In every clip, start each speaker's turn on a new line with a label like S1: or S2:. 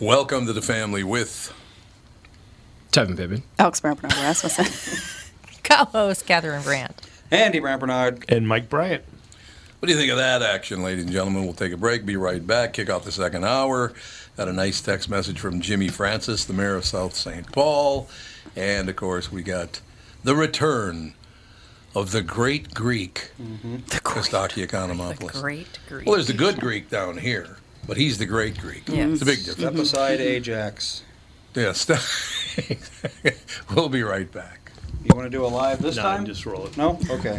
S1: Welcome to the family with
S2: Tevin Pippin.
S3: Alex Brown Bernard Rasmussen.
S4: co-host Catherine Brandt.
S5: Andy Brampernard.
S6: And Mike Bryant.
S1: what do you think of that action, ladies and gentlemen? We'll take a break, be right back, kick off the second hour. Got a nice text message from Jimmy Francis, the mayor of South St. Paul. And of course, we got the return of the great Greek, Kostaki
S4: The
S1: Economopoulos.
S4: great Greek.
S1: Well, there's the good Greek down here, but he's the great Greek.
S3: Yes.
S1: It's a big difference.
S5: Step aside, Ajax.
S1: Yes. we'll be right back.
S5: You want to do a live this time?
S6: Nine, just roll it.
S5: No? Okay.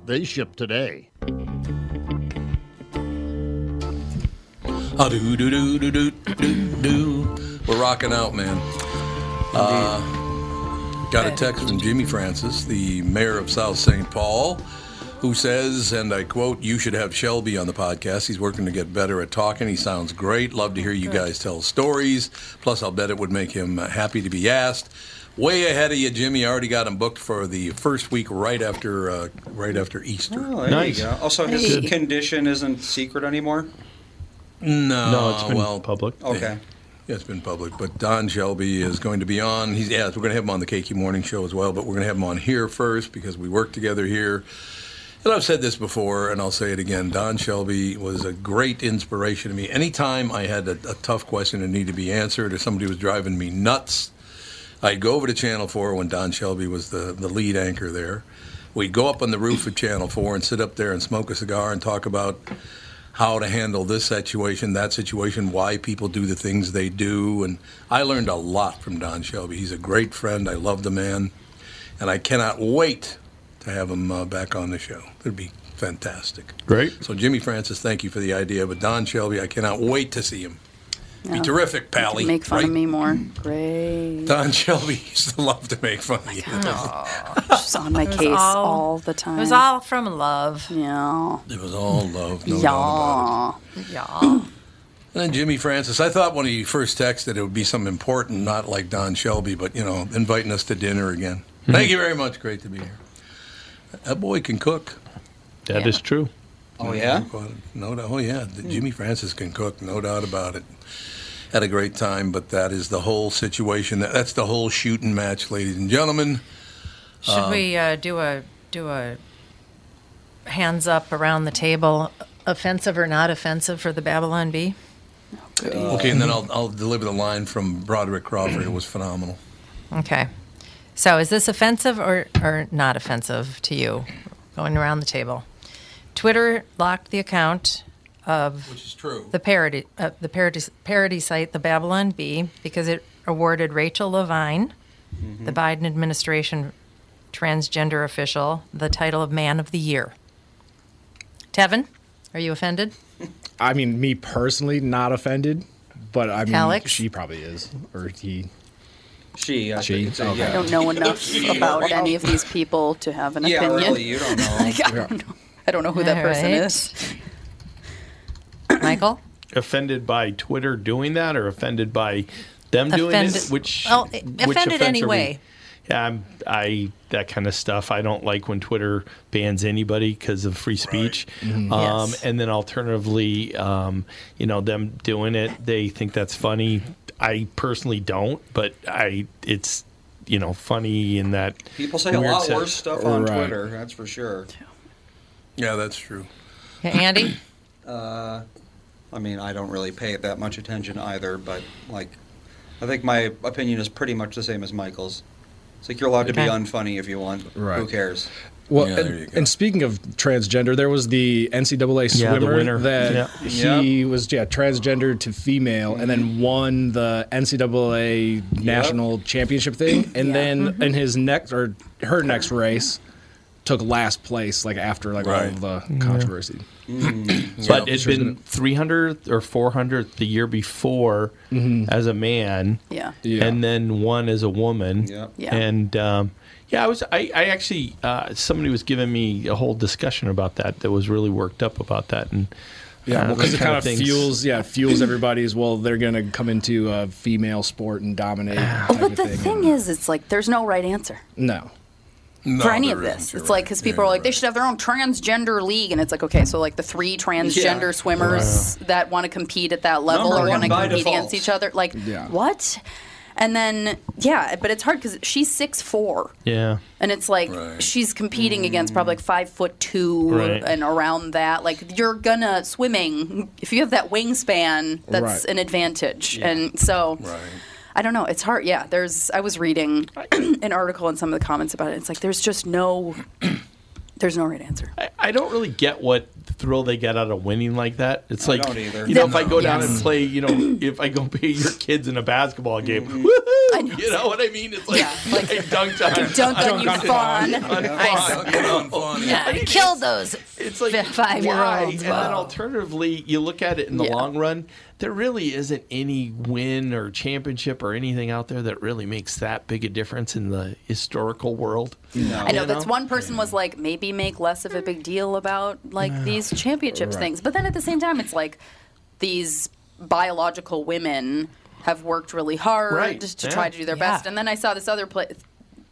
S7: They ship today.
S1: Ah, doo, doo, doo, doo, doo, doo, doo. We're rocking out, man. Uh, got a text from Jimmy Francis, the mayor of South St. Paul, who says, and I quote, You should have Shelby on the podcast. He's working to get better at talking. He sounds great. Love to hear you guys tell stories. Plus, I'll bet it would make him uh, happy to be asked. Way ahead of you, Jimmy. I already got him booked for the first week right after uh, right after Easter.
S5: Well, Oh, there
S6: Nice.
S5: you go. Also, his
S3: Hey.
S5: condition isn't secret anymore.
S1: No,
S6: no, it's been
S1: well,
S6: public.
S5: Okay.
S1: Yeah, it's been public, but Don Shelby is going to be on. He's yeah, we're going to have him on the KQ Morning Show as well, but we're going to have him on here first because we work together here. And I've said this before, and I'll say it again. Don Shelby was a great inspiration to me. Anytime I had a, a tough question that needed to be answered, or somebody was driving me nuts, I'd go over to Channel 4 when Don Shelby was the, the lead anchor there. We'd go up on the roof of Channel 4 and sit up there and smoke a cigar and talk about how to handle this situation, that situation, why people do the things they do. And I learned a lot from Don Shelby. He's a great friend. I love the man. And I cannot wait to have him uh, back on the show. It'd be fantastic.
S6: Great.
S1: So, Jimmy Francis, thank you for the idea. But Don Shelby, I cannot wait to see him. Be
S3: Yeah.
S1: terrific, Pally.
S3: Make fun
S1: right?
S3: of me more. Great.
S1: Don Shelby used to love to make
S3: Oh
S1: fun of you.
S3: She's on my
S4: was
S3: case
S4: all-
S3: all, the time.
S4: It was all from love,
S3: yeah.
S1: It was all love. No doubt about it.
S3: yeah.
S4: y'all.
S1: And then Jimmy Francis, I thought when he first texted it would be something important, not like Don Shelby, but you know, inviting us to dinner again. Thank you very much. Great to be here. That boy can cook.
S6: That is
S4: Yeah.
S6: true.
S5: Oh, yeah?
S8: Mm-hmm.
S1: No doubt. Oh yeah, the Jimmy Francis can cook. No doubt about it. Had a great time, but that is the whole situation. That, that's the whole shooting match, ladies and gentlemen. Um,
S4: Should we uh, do a do a hands up around the table, offensive or not offensive for the Babylon Bee?
S1: Okay, and then I'll, I'll deliver the line from Broderick Crawford. It was phenomenal.
S4: Okay. So is this offensive or, or not offensive to you? Going around the table. Twitter locked the account of
S1: Which is true.
S4: the parody uh, the parody parody site, the Babylon Bee, because it awarded Rachel Levine, Mm-hmm. the Biden administration transgender official, the title of Man of the Year. Tevin, are you offended?
S2: I mean, me personally, not offended, but I mean,
S4: Alex?
S2: she probably is, or he.
S5: She. I
S2: She?
S5: think it's a-
S2: Okay.
S5: yeah.
S2: I
S3: I don't know enough about any of these people to have an
S5: Yeah,
S3: opinion.
S5: really, you don't know.
S3: I don't know. I don't know who that
S4: All
S3: person
S4: right.
S3: is.
S4: Michael?
S6: Offended by Twitter doing that, or offended by them doing
S4: Offended-
S6: it? Which
S4: well,
S6: which
S4: offended
S6: offense are we-
S4: anyway.
S6: Yeah, I'm, I that kind of stuff. I don't like when Twitter bans anybody because of free speech.
S5: Mm-hmm.
S6: Um,
S4: Yes.
S6: And then alternatively, um, you know, them doing it, they think that's funny. I personally don't, but I it's you know funny in that
S5: People say a
S6: weird
S5: lot
S6: sense.
S5: worse stuff on
S2: Right.
S5: Twitter, that's for sure.
S1: Yeah, that's true.
S4: Yeah, Andy?
S5: Uh, I mean, I don't really pay it that much attention either, but like, I think my opinion is pretty much the same as Michael's. It's like you're allowed to be
S4: Okay.
S5: unfunny if you want. Who
S2: Right.
S5: cares?
S2: Well,
S1: Yeah, there you
S2: and,
S1: go.
S2: and speaking of transgender, there was the NCAA
S6: Yeah, the
S2: swimmer
S6: winner.
S2: that
S6: Yeah.
S2: he was yeah transgender to female, and then
S5: Mm-hmm.
S2: won the NCAA national championship thing, and
S3: Yeah.
S2: then
S5: Mm-hmm.
S2: in his next or her next race, took last place like after like all
S1: Right.
S2: of the controversy.
S5: Mm.
S3: Mm.
S6: but
S1: Yeah.
S6: it'd been 300 or 400 the year before as a man
S3: Yeah.
S2: Yeah.
S6: and then one as a woman
S5: Yep.
S3: Yeah.
S6: and um, yeah i was i, I actually uh, somebody was giving me a whole discussion about that that was really worked up about that and
S2: Yeah,
S6: uh,
S2: well,
S6: those
S2: because it kind of
S6: things-
S2: fuels, yeah, fuels everybody as well. They're going to come into a female sport and dominate. type
S3: But
S2: of
S3: the thing is, it's like there's no right answer
S2: no,
S1: No,
S3: for any
S1: there
S3: of
S1: isn't.
S3: this.
S1: You're
S3: It's like
S1: right.
S3: because people
S1: Yeah,
S3: are like
S1: you're
S3: they
S1: right.
S3: should have their own transgender league, and it's like okay, so like the three transgender
S5: Yeah.
S3: swimmers that want to compete at that level
S5: Number
S3: are
S5: one
S3: going to
S5: by
S3: compete
S5: default.
S3: against each other. Like
S2: Yeah.
S3: what? And then yeah, but it's hard because she's six four.
S6: yeah
S3: And it's like
S1: Right. Mm.
S3: she's competing against probably like five foot two
S6: Right.
S3: and around that. Like you're gonna swimming if you have that wingspan, that's
S2: Right.
S3: an advantage. And so
S1: Right.
S3: I don't know. It's hard. Yeah, there's. I was reading an article and some of the comments about it. It's like there's just no. There's no right answer.
S6: I, I don't really get what thrill they get out of winning like that. It's like
S5: don't either.
S6: you know, if I go down and play, you know, if I go pay your kids in a basketball game, woohoo!
S3: know.
S6: you know what I mean? It's like,
S3: Yeah, like-
S6: I dunked on,
S3: Dunk on you, fawn.
S6: on-
S1: Get on, Fonny.
S4: Yeah, kill those
S6: It's like
S4: five year
S6: why?
S4: olds.
S6: And then alternatively, you look at it in the
S3: Yeah.
S6: long run. There really isn't any win or championship or anything out there that really makes that big a difference in the historical world.
S3: I know
S6: Oh, You
S3: that's
S6: know?
S3: one person was like, maybe make less of a big deal about like these championships
S2: Right.
S3: things. But then at the same time, it's like these biological women have worked really hard
S6: Right.
S3: to
S6: Yeah.
S3: try to do their
S4: Yeah.
S3: best. And then I saw this other pla-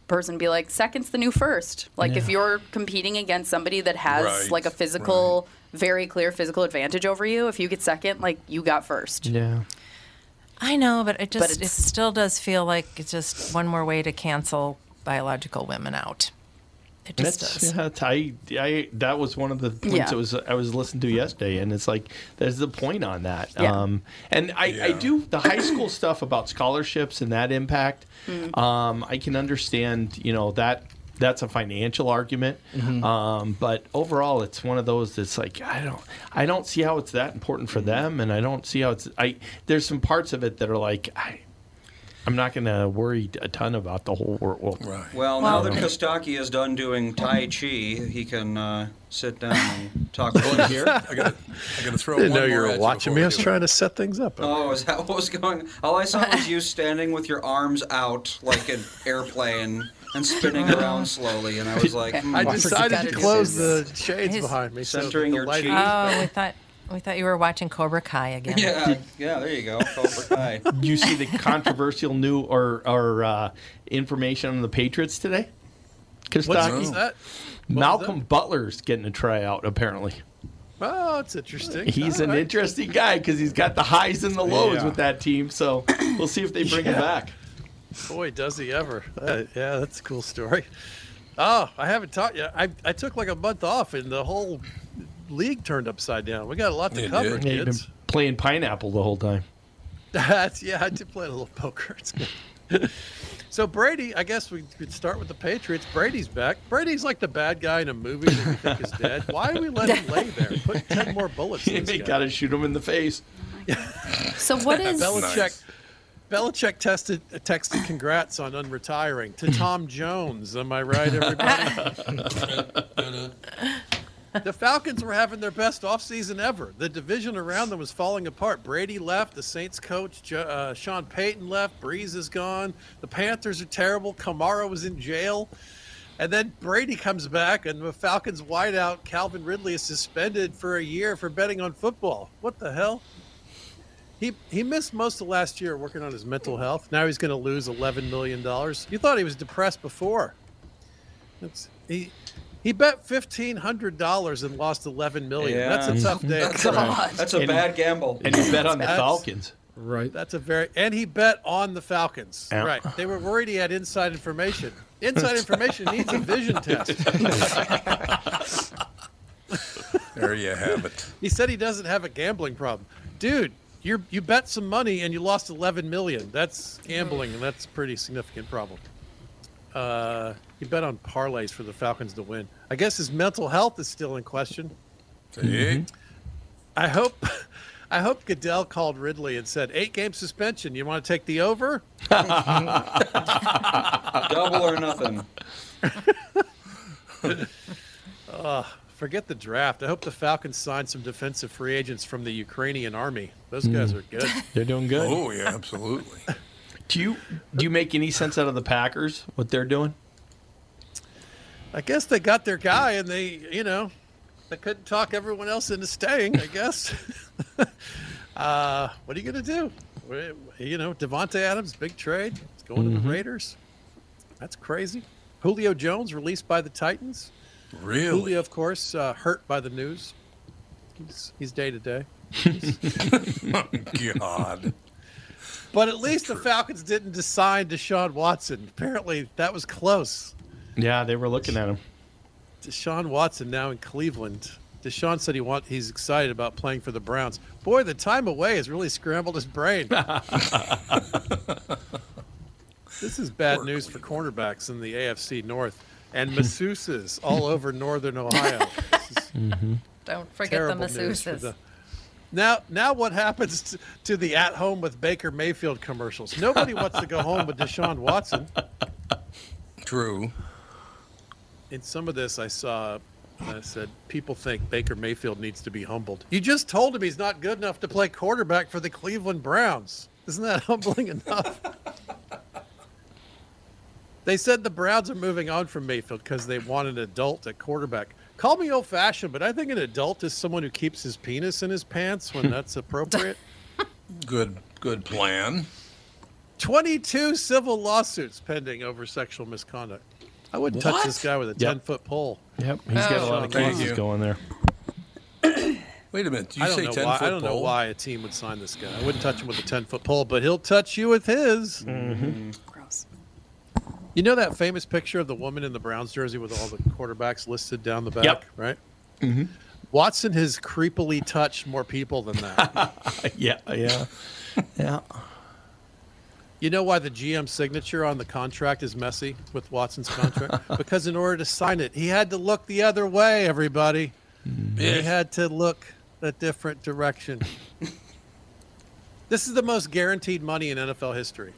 S3: person be like, second's the new first. Like if
S6: Yeah.
S3: you're competing against somebody that has
S1: Right.
S3: like a physical, very clear physical advantage over you, if you get second, like you got first.
S6: Yeah.
S4: I know, but it just it
S3: it's-
S4: still does feel like it's just one more way to cancel biological women out. It just
S6: That's,
S4: does.
S6: yeah, that's- I, I, that was one of the points
S3: Yeah.
S6: that was I was listening to yesterday, and it's like there's the point on that.
S3: Yeah.
S6: Um, and I, I
S1: Yeah.
S6: do the high school stuff about scholarships and that impact.
S3: Mm.
S6: Um, I can understand, you know that that's a financial argument,
S1: Mm-hmm.
S6: um, but overall, it's one of those that's like I don't I don't see how it's that important
S1: Mm-hmm.
S6: for them, and I don't see how it's I. There's some parts of it that are like I. I'm not going to worry a ton about the whole world.
S1: Right.
S5: Well, now that Kostaki is done doing Tai Chi, he can uh, sit down and talk
S1: One
S5: with
S1: here.
S5: you.
S1: I got I got to throw.
S8: I didn't
S1: one
S8: know you
S1: more
S8: were
S1: at
S8: watching me. I
S1: before we
S8: was
S1: do it.
S8: trying to set things up.
S5: Oh, is that what was going All I saw was you standing with your arms out like an airplane and spinning around slowly, and I was like, hmm,
S8: I
S4: Well, Oh. I
S8: decided
S4: forgot
S8: to
S4: to do
S8: close
S4: this.
S8: the shades
S4: His-
S8: behind me. So
S5: Centering
S8: the
S5: your
S8: lighting-
S5: cheek.
S4: Oh, we thought we thought you were watching Cobra Kai again.
S5: yeah, yeah, there you go. Cobra Kai.
S6: you see the controversial new or or uh, information on the Patriots today? Kostaki.
S1: that?
S8: That?
S6: Malcolm Butler's getting a tryout apparently.
S8: Oh, it's interesting.
S6: He's
S8: All
S6: an
S8: right.
S6: interesting guy because he's got the highs and the lows
S8: Yeah.
S6: with that team. So we'll see if they bring him back.
S8: Boy, does he ever. Uh, yeah, that's a cool story. Oh, I haven't taught you. I, I took like a month off and the whole league turned upside down. We got a lot to
S1: You
S8: cover,
S1: did.
S6: Yeah, you've been
S8: kids.
S6: playing pineapple the whole time.
S8: That's, yeah, I did play a little poker. It's good. so, Brady, I guess we could start with the Patriots. Brady's back. Brady's like the bad guy in a movie that we think is dead. Why do we let him lay there? Put 10 more bullets in
S6: they
S8: this
S6: got
S8: guy.
S6: to shoot him in the face.
S3: So what is?
S8: Belichick.
S1: Nice.
S8: Belichick tested, uh, texted congrats on unretiring to Tom Jones. Am I right, everybody? the Falcons were having their best offseason ever. The division around them was falling apart. Brady left. The Saints coach, Jo- uh, Sean Payton, left. Breeze is gone. The Panthers are terrible. Kamara was in jail. And then Brady comes back, and the Falcons wideout Calvin Ridley is suspended for a year for betting on football. What the hell? He he missed most of last year working on his mental health. Now he's going to lose eleven million dollars. You thought he was depressed before. It's, he he bet fifteen hundred dollars and lost eleven million.
S5: Yeah.
S8: That's a tough day.
S5: That's a,
S3: God.
S5: that's a
S6: And-
S5: bad gamble.
S6: And you bet on the
S8: That's-
S6: Falcons.
S2: Right.
S8: That's a very and he bet on the Falcons.
S6: Yeah.
S8: Right. They were worried he had inside information. Inside information needs a vision test.
S1: There you have it.
S8: He said he doesn't have a gambling problem. Dude, you you bet some money and you lost 11 million. That's gambling and that's a pretty significant problem. Uh, he bet on parlays for the Falcons to win. I guess his mental health is still in question.
S1: See?
S2: Mm-hmm.
S8: I hope I hope Goodell called Ridley and said, eight game suspension. You want to take the over?
S5: Double or nothing.
S8: Ah, Forget the draft. I hope the Falcons sign some defensive free agents from the Ukrainian army. Those guys are good.
S6: Hmm. They're doing good.
S1: Oh yeah, absolutely.
S6: Do you do you make any sense out of the Packers what they're doing?
S8: I guess they got their guy and they, you know, they couldn't talk everyone else into staying, I guess. uh, what are you going to do? Wh- You know, Devonte Adams, big trade. It's going
S6: Mm-hmm.
S8: to the Raiders. That's crazy. Julio Jones released by the Titans.
S1: Really?
S8: Julio, of course, uh, hurt by the news. He's, he's day to day.
S1: Oh, God.
S8: But at least the Falcons didn't decide Deshaun Watson. Apparently, that was close.
S6: Yeah, they were looking at him.
S8: Deshaun Watson now in Cleveland. Deshaun said he want he's excited about playing for the Browns. Boy, the time away has really scrambled his brain. this is bad
S1: Poor
S8: news for cornerbacks in the AFC North and masseuses all over northern Ohio. This is
S6: Mm-hmm.
S4: Don't forget
S8: terrible
S4: the
S8: news for
S4: masseuses.
S8: the- Now, now what happens to, to the at home with Baker Mayfield commercials? Nobody wants to go home with Deshaun Watson.
S1: True.
S8: In some of this, I saw, I said, people think Baker Mayfield needs to be humbled. You just told him he's not good enough to play quarterback for the Cleveland Browns. Isn't that humbling enough? they said the Browns are moving on from Mayfield because they want an adult at quarterback. Call me old fashioned, but I think an adult is someone who keeps his penis in his pants when that's appropriate.
S1: Good. Good plan.
S8: 22 civil lawsuits pending over sexual misconduct. I wouldn't touch this guy with a 10 foot pole.
S6: Yep, he's got a lot of
S8: Thank
S6: cases
S1: you.
S6: going there.
S1: Wait a minute. Did you
S8: I don't,
S1: say
S8: know
S1: ten
S8: why,
S1: foot
S8: I don't know
S1: pole?
S8: why a team would sign this guy. I wouldn't touch him with a 10 foot pole, but he'll touch you with his.
S3: Gross.
S8: You know that famous picture of the woman in the Browns jersey with all the quarterbacks listed down the back,
S6: Yep.
S8: right? Mm-hmm. Watson has creepily touched more people than that.
S6: Yeah, yeah, yeah.
S8: you know why the GM signature on the contract is messy with Watson's contract? because in order to sign it, he had to look the other way, everybody.
S1: Mm-hmm.
S8: He had to look a different direction. this is the most guaranteed money in NFL history.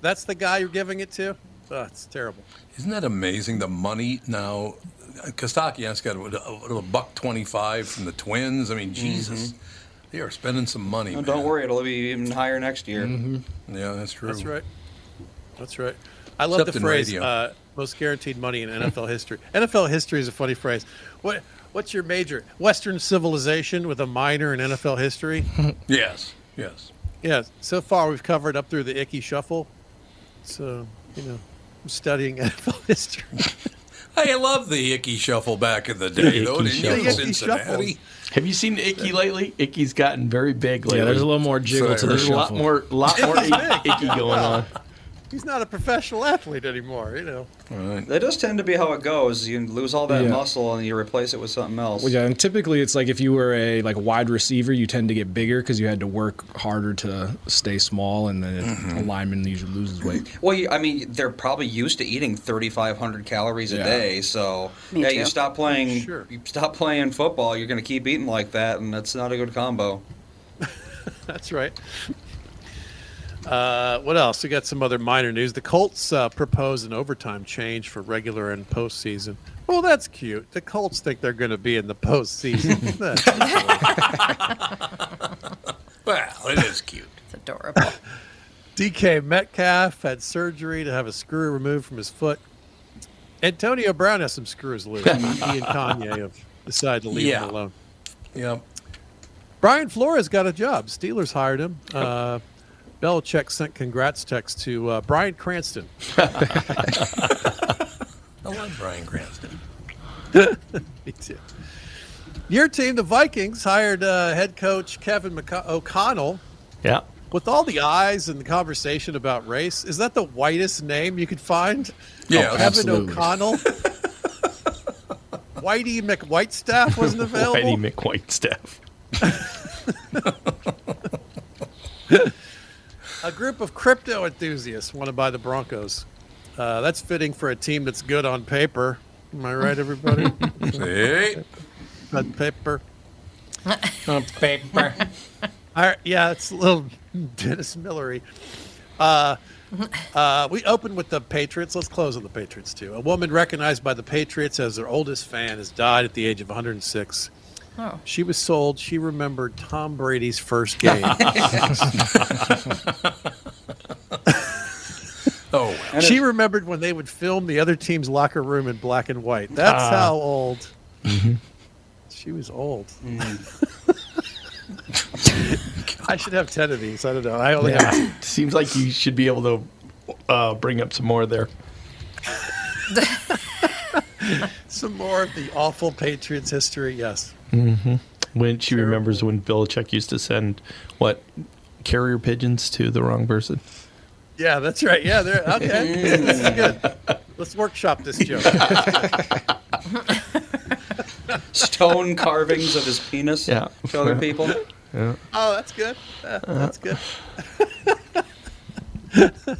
S8: That's the guy you're giving it to? Oh, it's terrible.
S1: Isn't that amazing? The money now. Kostaki has got what, a, what, a buck twenty-five from the Twins. I
S8: Mm-hmm.
S1: mean, Jesus, they are spending some money.
S5: No,
S1: man. Mm-hmm.
S5: don't worry, it'll be even higher next year.
S8: Mm-hmm.
S1: Yeah, that's true.
S8: That's right. That's right. I love
S1: Except
S8: the
S1: in
S8: phrase
S1: radio.
S8: uh, "most guaranteed money in NFL history." NFL history is a funny phrase. What What's your major? Western civilization with a minor in NFL history.
S1: Yes. Yes.
S8: yeah. So far, we've covered up through the icky shuffle. So you know, I'm studying NFL history.
S1: I love the icky shuffle back in the day,
S6: The
S1: though.
S6: icky
S1: Didn't you,
S6: shuffle.
S8: The icky
S1: Cincinnati?
S8: shuffles.
S6: Have you seen Icky lately? Icky's gotten very big lately.
S2: Yeah, there's a little more jiggle to the
S6: There's a
S2: shuffle.
S6: lot more, lot more Icky going on.
S8: He's not a professional athlete anymore, you know.
S5: That does tend to be how it goes. You lose all that
S2: Yeah.
S5: muscle and you replace it with something else.
S2: Well, yeah, and typically it's like if you were a like wide receiver, you tend to get bigger because you had to work harder to stay small, and then a lineman usually loses weight.
S5: Well, you, I mean, they're probably used to eating 3,500 calories a
S2: Yeah.
S5: day. So
S3: Me
S5: yeah,
S3: too.
S5: you stop playing.
S8: Sure.
S5: You stop playing football. You're going to keep eating like that, and that's not a good combo.
S8: That's right. Uh, what else? We got some other minor news. The Colts uh, propose an overtime change for regular and postseason. Well, that's cute. The Colts think they're going to be in the postseason. That's adorable.
S1: Well, it is cute.
S4: It's adorable.
S8: DK Metcalf had surgery to have a screw removed from his foot. Antonio Brown has some screws loose. he and Kanye have decided to leave
S1: Yeah.
S8: him alone.
S1: Yep.
S8: Brian Flores got a job. Steelers hired him. Uh, Belichick sent congrats text to uh, Brian Cranston.
S1: I love Brian Cranston.
S8: Me too. Your team, the Vikings, hired uh, head coach Kevin McC- O'Connell.
S6: Yeah.
S8: With all the eyes and the conversation about race, is that the whitest name you could find?
S1: Yeah,
S8: Kevin
S2: absolutely.
S8: O'Connell. Whitey McWhitestaff wasn't available.
S6: Whitey McWhite stuff.
S8: A group of crypto enthusiasts wanted by the Broncos. Uh, that's fitting for a team that's good on paper. Am I right, everybody?
S1: Hey,
S8: on paper.
S4: Paper.
S8: All right, yeah, it's a little Dennis Millery. Uh, uh, we opened with the Patriots. Let's close on the Patriots too. A woman recognized by the Patriots as their oldest fan has died at the age of 106.
S4: Oh.
S8: She was sold. She remembered Tom Brady's first game.
S1: oh well.
S5: And
S8: she
S5: it-
S8: remembered when they would film the other team's locker room in black and white. That's
S6: Ah.
S8: how old.
S1: Mm-hmm.
S8: she was old.
S1: Mm.
S8: I should have ten of these. I don't know. I only have
S6: Yeah. Seems like you should be able to uh, bring up some more there.
S8: some more of the awful Patriots history. Yes.
S6: When she remembers when Belichick used to send what carrier pigeons to the wrong person.
S8: Yeah, that's right. Yeah, there. Okay, this is good. Let's workshop this joke.
S5: Stone carvings of his penis
S6: Yeah.
S5: to other
S6: Yeah.
S5: people.
S6: Yeah.
S8: Oh, that's good. Yeah, that's good.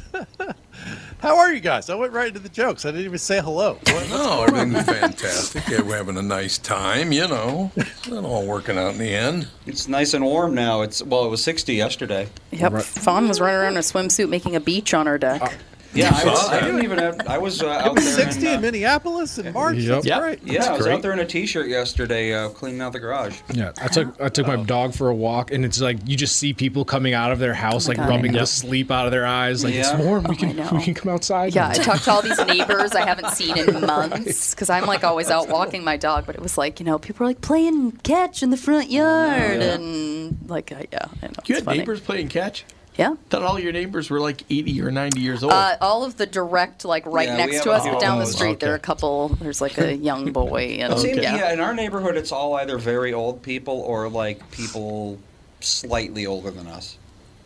S8: How are you guys? I went right into the jokes. I didn't even say hello. What-
S1: No, everything's fantastic. Yeah, we're having a nice time, you know. It's not all working out in the end.
S5: It's nice and warm now. It's well, it was 60 yesterday.
S3: Yep. Fawn was running around in a swimsuit making a beach on our
S6: Uh,
S3: deck.
S5: Yeah, I, was,
S1: saw that.
S5: I didn't even have. I was uh, out there.
S8: Sixty
S5: in,
S8: in
S5: uh,
S8: Minneapolis in March. That's
S6: Yep.
S8: great.
S5: Yeah, I was
S6: great.
S5: out there in a t-shirt yesterday, uh, cleaning out the garage.
S2: Yeah, I took I took my dog for a walk, and it's like you just see people coming out of their house,
S3: Oh my
S2: like
S3: God.
S2: rubbing
S6: Yeah.
S2: the sleep out of their eyes. Like
S5: Yeah.
S2: it's warm, we
S3: I
S2: can
S3: know.
S2: we can come outside.
S3: Yeah,
S2: now."
S3: I talked to all these neighbors I haven't seen in months because I'm like always out walking my dog, but it was like, you know, people are like playing catch in the front yard and like, uh, yeah, I
S6: You
S3: know. it's
S6: had
S3: funny.
S6: neighbors playing catch?
S3: Yeah.
S6: Thought all your neighbors were like 80 or 90 years old.
S3: Uh, all of the direct, like right
S5: Yeah, we
S3: next
S5: have
S3: to us,
S5: all
S3: but down the
S6: those.
S3: street, there are a
S6: Okay.
S3: couple, there's like a young boy. And,
S5: It seems-
S3: yeah.
S5: yeah. in our neighborhood, it's all either very old people or like people slightly older than us.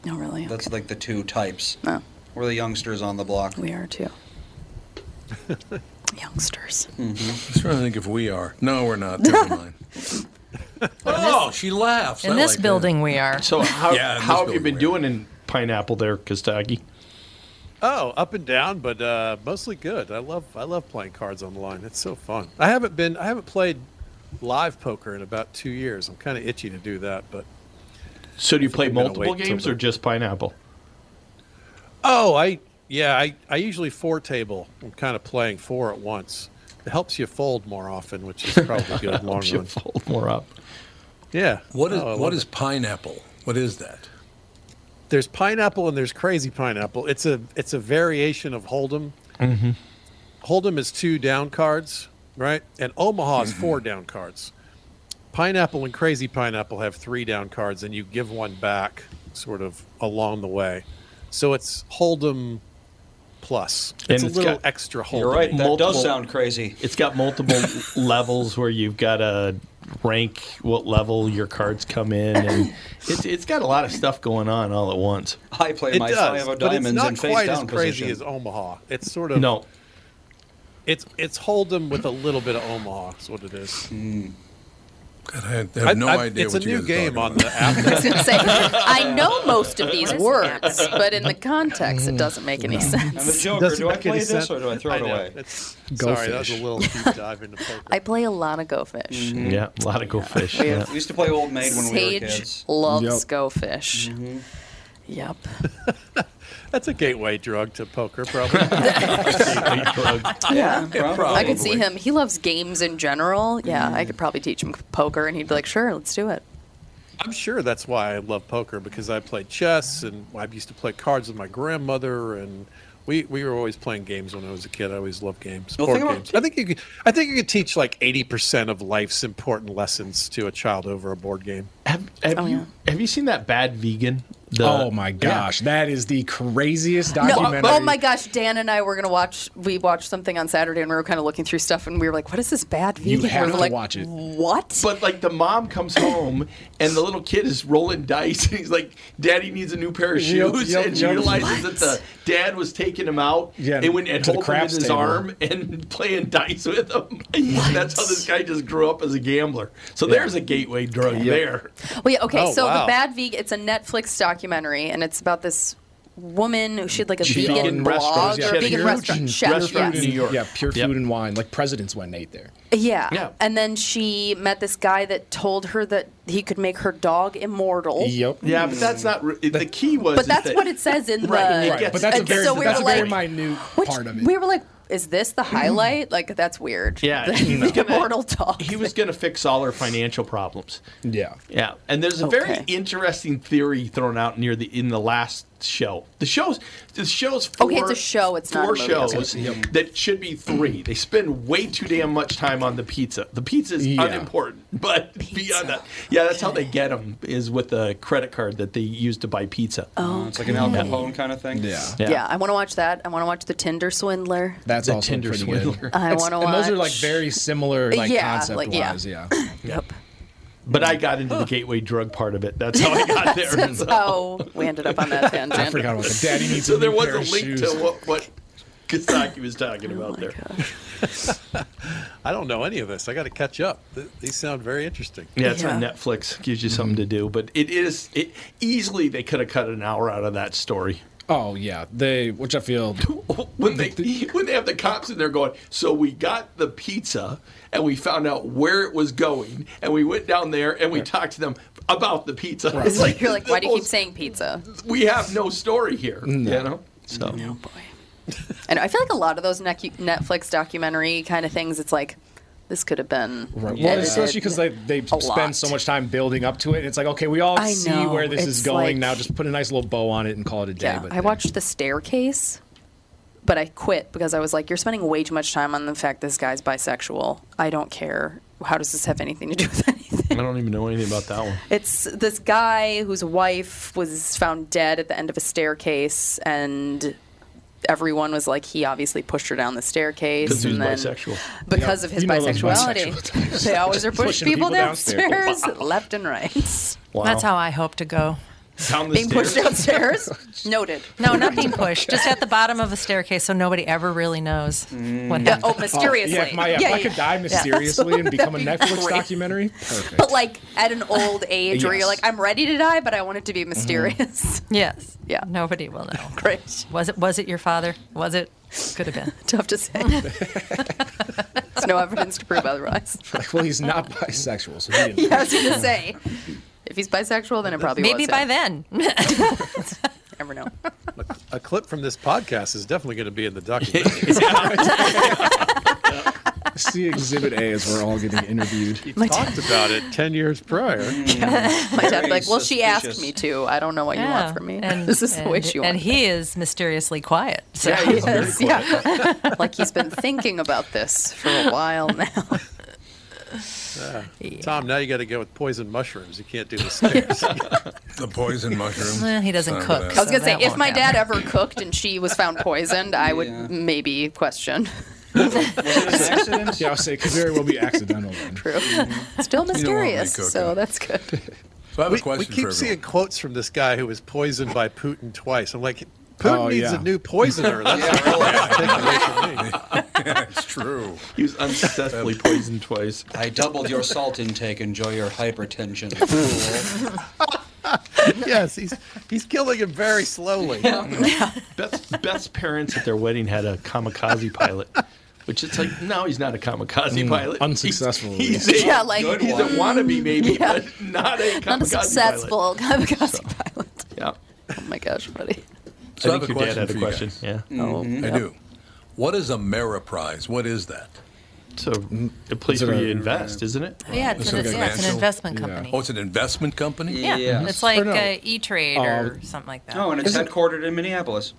S3: No, really?
S5: That's
S3: Oh, Okay.
S5: like the two types.
S3: No,
S5: We're the youngsters on the block.
S3: we are too. Youngsters.
S5: Mm-hmm.
S1: I was trying to think if we are. No, we're not. Never mind. Oh, she laughs. I
S4: In this
S1: like that.
S4: building, we are.
S6: so how,
S1: Yeah, in
S6: how
S1: this
S6: have you been
S1: building
S6: doing in Pineapple there, Kostaki?
S8: Oh, up and down, but uh, mostly good. I love I love playing cards online. It's so fun. I haven't been I haven't played live poker in about two years. I'm kind of itchy to do that, but
S6: So do you play
S8: I'm gonna
S6: multiple
S8: wait till
S6: games
S8: the-
S6: or just Pineapple?
S8: Oh, I yeah, I, I usually four table. I'm kind of playing four at once. It helps you fold more often, which is probably good long
S6: Helps you
S8: run.
S6: fold more up.
S8: Yeah.
S1: What is
S8: Oh, I love
S1: what is
S8: it.
S1: pineapple? What is that?
S8: there's pineapple and there's crazy pineapple. It's a it's a variation of Hold'em.
S6: Mm-hmm.
S8: Hold'em is two down cards, right? And Omaha is four
S5: Mm-hmm.
S8: down cards. Pineapple and crazy pineapple have three down cards, and you give one back sort of along the way. So it's Hold'em plus. It's
S6: And it's
S8: a little
S6: got-
S8: extra hole.
S5: You're right. That
S6: Multiple-
S5: does sound crazy.
S6: It's got multiple levels where you've got to rank what level your cards come in, and it's it's got a lot of stuff going on all at once.
S5: I play
S8: It
S5: my
S8: does,
S5: five of
S8: but it's
S5: diamonds
S8: not
S5: in face
S8: quite as
S5: down
S8: crazy
S5: position.
S8: as Omaha. It's sort of
S6: No,
S8: It's it's Hold'em with a little bit of Omaha. That's what it is.
S5: Hmm.
S1: God, I have, I have no idea
S8: It's
S1: what
S8: a
S1: you
S8: new
S1: guys are
S8: game
S1: talking
S8: on
S1: about.
S8: the app.
S3: I was going to say, I know most of these
S9: What is
S3: words,
S9: that?
S3: but in the context, it doesn't make any
S5: I'm the
S3: sense.
S5: Joker.
S8: Doesn't
S5: Do I
S8: make
S5: play
S8: any
S5: this
S8: sense.
S5: or do I throw
S8: I
S5: it
S8: know.
S5: away?
S8: It's,
S2: Go
S8: sorry, that was
S2: fish.
S8: a little deep dive into poker.
S3: I play a lot of Go Fish.
S5: Mm-hmm.
S8: Mm-hmm.
S6: yeah, a lot of go fish.
S3: We
S6: Yeah.
S3: have
S5: We used to play Old Maid when we were
S3: Sage
S5: kids. Mm-hmm.
S3: loves
S2: Yep.
S3: Go Fish. Yep.
S8: That's a gateway drug to poker, probably.
S3: Yeah.
S5: Oh, Probably. Mm-hmm.
S3: I could see him. He loves games in general. Yeah, I could probably teach him poker, and he'd be like, "Sure, let's do it."
S8: I'm sure that's why I love poker because I played chess and I used to play cards with my grandmother and we, we were always playing games when I was a kid. I always loved games.
S5: Well,
S8: board
S5: think about-
S8: games. I think you could, I think you could teach like 80% of life's important lessons to a child over a board game.
S6: Have, have
S3: Oh,
S6: you
S3: yeah.
S6: have you seen that bad vegan? The-
S2: Oh my gosh, that is the craziest documentary.
S3: No, oh my gosh, Dan and I were gonna watch. We watched something on Saturday, and we were kind of looking through stuff, and we were like, "What is this bad
S2: You
S3: vegan?"
S2: have
S3: we were
S2: to
S3: like,
S2: watch it.
S3: What?
S6: But like the mom comes home and the little kid is rolling dice and he's like, "Daddy needs a new pair of
S2: Yep,
S6: shoes,"
S2: yep,
S6: and
S2: yep.
S6: realizes that the dad was taking him out
S2: Yeah,
S6: and went and
S2: to the
S6: holding him in
S2: craps
S6: his
S2: table.
S6: arm and playing dice with him. That's how this guy just grew up as a gambler. So there's a gateway drug there.
S3: Well, yeah, okay.
S8: Oh,
S3: so the
S8: wow.
S3: Bad Vegan, it's a Netflix documentary, and it's about this woman who she had like a
S6: She
S3: vegan
S6: owned
S3: blog
S6: restaurants,
S3: or
S6: yeah,
S3: a vegan
S6: huge
S3: restaurant chef.
S6: restaurant
S3: yes.
S6: in New York.
S2: Yeah, pure food
S6: Yep.
S2: and wine. Like presidents went and ate there.
S3: Yeah.
S6: Yeah.
S3: And then she met this guy that told her that he could make her dog immortal.
S2: Yep.
S6: Yeah, but that's not re- the key was.
S3: But
S6: is
S3: that's
S6: that-
S3: what it says in the.
S6: Right,
S2: Mm. Right, but
S6: Yes.
S2: that's a
S3: And
S2: very,
S3: so we
S2: that's
S3: were
S2: a very
S3: like,
S2: minute
S3: which
S2: part of it. Mm.
S3: we were like, "Is this the highlight? Like that's weird."
S6: Yeah,
S3: The
S6: he was gonna-
S3: immortal dog.
S6: He was going to fix all her financial problems.
S2: yeah.
S6: Yeah, and there's a very
S3: Okay.
S6: interesting theory thrown out near the in the last show. The shows, the shows. Four,
S3: Okay, it's a show, it's not a
S6: four
S3: movie, okay.
S6: shows that should be three. They spend way too damn much time on the pizza. The pizza is
S2: Yeah.
S6: unimportant, but beyond that, yeah, that's how they get them is with a credit card that they use to buy pizza.
S5: Uh, It's like an Al Capone kind of thing.
S2: Yeah.
S3: Oh, yeah. I want to watch that. I want to watch the Tinder swindler.
S2: That's
S6: The
S2: also
S6: Tinder
S2: pretty
S6: swindler.
S2: good.
S3: I
S2: It's-
S3: want to
S2: and
S3: watch.
S2: those are like very similar, like
S3: Yeah,
S2: concept
S3: like, yeah.
S2: wise. Yeah.
S3: Yep.
S6: But I got into the gateway drug part of it. That's how I got there.
S3: That's
S6: So-
S3: how we ended up on that tangent.
S2: I forgot about that. Daddy needs
S6: so
S2: a
S6: there
S2: new
S6: was
S2: pair
S6: a
S2: of
S6: link to
S2: shoes.
S6: what what Kasaki was talking about there.
S8: I don't know any of this. I got to catch up. Th- These sound very interesting.
S6: Yeah, it's on
S3: Yeah.
S6: Netflix. Gives you something to do, but it is it easily they could have cut an hour out of that story.
S2: Oh yeah, they which I feel
S6: When they when they have the cops in there going, so we got the pizza and we found out where it was going and we went down there and we talked to them about the pizza. It's
S3: You're like,
S6: the
S3: why do you keep
S6: most-
S3: saying pizza?
S6: we have no story here? You know, so
S3: boy. And I feel like a lot of those nec- Netflix documentary kind of things. It's like this could have been
S2: Right. Well,
S3: edited.
S2: especially because they, they spend
S3: lot.
S2: so much time building up to it. And it's like, okay, we all
S3: I
S2: see
S3: know,
S2: where this is
S3: it's
S2: going
S3: like-
S2: now. Just put a nice little bow on it and call it a day.
S3: Yeah,
S2: but
S3: I watched The Staircase, but I quit because I was like, "You're spending way too much time on the fact this guy's bisexual. I don't care. How does this have anything to do with anything?"
S6: I don't even know anything about that one.
S3: It's this guy whose wife was found dead at the end of a staircase, and everyone was like, "He obviously pushed her down the staircase."
S6: Because he was
S3: and then,
S6: bisexual.
S3: because of his
S2: you know those
S3: bisexuality.
S2: bisexual types.
S3: they always are pushing,
S2: Pushing
S3: people,
S2: people
S3: downstairs,
S2: downstairs.
S3: left and right.
S4: That's how I hope to go.
S6: Down the
S3: Being pushed
S6: stairs.
S3: downstairs, noted.
S4: No, not being pushed. Just at the bottom of a staircase, so nobody ever really knows
S1: Mm.
S4: what happened.
S3: Oh, mysteriously.
S2: yeah, if, my, if I could die mysteriously and become a
S3: That'd be
S2: Netflix
S3: great.
S2: documentary, perfect.
S3: But like at an old age, where you're
S2: Yes.
S3: like, I'm ready to die, but I want it to be mysterious.
S4: Yes.
S3: Yeah.
S4: Nobody will know.
S3: Great,
S4: Was it? Was it your father? Was it? Could have been.
S3: tough to say. There's no evidence to prove otherwise.
S2: Like, well, he's not bisexual, so he didn't.
S3: Yeah, I was gonna say, if he's bisexual, then it probably
S4: Maybe
S3: was
S4: by
S3: him.
S4: then.
S3: Never know.
S8: A clip from this podcast is definitely going to be in the documentary.
S2: See, Exhibit A is we're all getting interviewed.
S8: you talked about it 10 years prior.
S3: My dad
S5: Very
S3: like, well, she asked
S5: suspicious.
S3: me to. I don't know what you
S4: Yeah.
S3: want from me. this is the way she
S4: and
S3: wants. it.
S4: he is mysteriously quiet. So.
S6: Yeah, he's very
S3: Yes, yeah. like he's been thinking about this for a while now.
S8: Tom, now you got to go with poison mushrooms. You can't do the stairs.
S1: The poison mushroom.
S4: Well, he doesn't
S1: Son of a
S4: cook,
S1: bitch.
S3: I
S4: So
S3: was gonna say,
S4: that
S3: if
S4: won't
S3: my dad ever cooked and she was found poisoned, I would
S5: Yeah.
S3: maybe question.
S5: Was it an accident?
S2: Yeah, I'll say it could very well be accidental. Then.
S3: True. Still mysterious,
S1: cook
S3: so
S1: it.
S3: that's good.
S1: So I have
S8: we,
S1: a question
S8: we
S1: for
S8: keep
S1: everyone.
S8: seeing quotes from this guy who was poisoned by Putin twice. I'm like, Putin
S2: Oh,
S8: needs
S2: yeah.
S8: a new poisoner. That's
S1: It's true.
S6: He was unsuccessfully poisoned twice.
S5: I doubled your salt intake. Enjoy your hypertension. fool.
S8: yes, he's he's killing him very slowly.
S1: Mm-hmm.
S6: Beth's, Beth's parents at their wedding had a kamikaze pilot, which it's like, no, he's not a kamikaze pilot.
S2: Mm, unsuccessful, at
S6: He's, he's
S3: least.
S6: a,
S3: Yeah, like-
S6: he's a wannabe maybe,
S3: Yeah.
S6: but not a kamikaze
S3: Not a
S6: Pilot.
S3: successful kamikaze pilot.
S6: Yeah.
S3: Oh my gosh, buddy.
S1: So
S6: I think your dad had a
S1: for you
S6: question.
S1: guys.
S6: Yeah.
S1: I do. What is Ameriprise? What is that?
S6: So a place
S2: it
S6: where
S2: a-
S6: you invest, isn't it?
S4: Yeah, it's,
S1: So
S4: an, yeah, it's an
S1: financial-
S4: investment
S2: Yeah.
S4: company.
S1: Oh, it's an investment company?
S4: Yeah,
S5: Yes.
S4: it's like
S2: Or no.
S4: uh, E Trade or something like that.
S5: Oh, and it's headquartered in Minneapolis.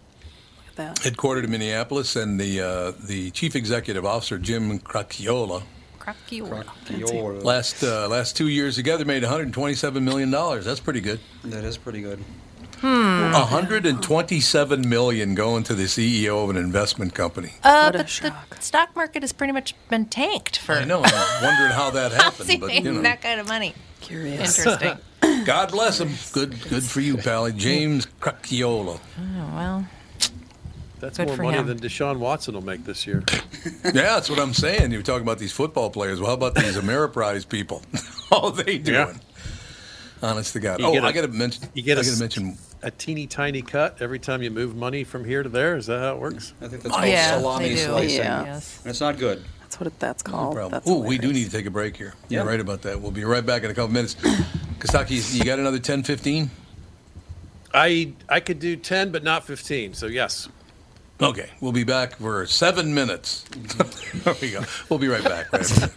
S3: That.
S1: Headquartered in Minneapolis, and the uh, the chief executive officer Jim Cracchiola
S4: Crocky
S5: Crocodile.
S1: last uh, last two years together made 127 million dollars. That's pretty good.
S5: That is pretty good.
S4: Hmm.
S1: Oh.
S4: Uh,
S1: 127 million going to the CEO of an investment company.
S4: Uh,
S3: What a
S4: but
S3: shock.
S4: the stock market has pretty much been tanked for
S1: I know. I'm wondering how that happened, but you know,
S4: that kind of money.
S3: Curious.
S4: Interesting.
S1: God bless him. Good, good for you, Pally. James
S4: oh,
S1: Cracchiola.
S4: well,
S8: That's
S4: Good
S8: more
S4: for
S8: money
S4: him.
S8: than Deshaun Watson will make this year.
S1: Yeah, that's what I'm saying. You were talking about these football players. Well, how about these Ameriprise people? All they doing?
S8: Yeah.
S1: Honest to God.
S8: You
S1: oh,
S8: get a-
S1: I got to mention.
S8: You get
S1: I
S8: a,
S1: got
S8: s-
S1: to mention.
S8: a teeny tiny cut every time you move money from here to there. Is that how it works?
S5: I think that's
S1: Oh,
S5: called
S4: yeah,
S5: salami
S4: they do.
S5: slicing.
S3: Yeah.
S4: Yes.
S5: And it's not good.
S3: That's what it, that's called.
S1: Problem.
S3: That's
S1: Oh, we do
S3: hilarious.
S1: need to take a break here. You're
S5: Yeah.
S1: right about that. We'll be right back in a couple minutes. Kostaki, you got another 10, 15?
S8: I I could do ten, but not fifteen. So yes,
S1: Okay, we'll be back for seven minutes. there we go. We'll be right back. Right after this.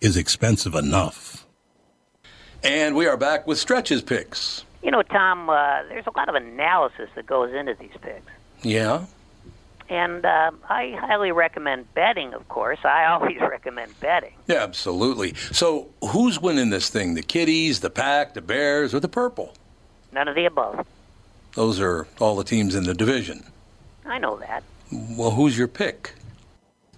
S1: is expensive enough. And we are back with stretches picks.
S9: You know, Tom, uh, there's a lot of analysis that goes into these picks.
S1: Yeah.
S9: And uh, I highly recommend betting, of course. I always recommend betting.
S1: Yeah, absolutely. So, who's winning this thing? The Kitties, the Pack, the Bears, or the Purple?
S9: None of the above.
S1: Those are all the teams in the division.
S9: I know that.
S1: Well, who's your pick?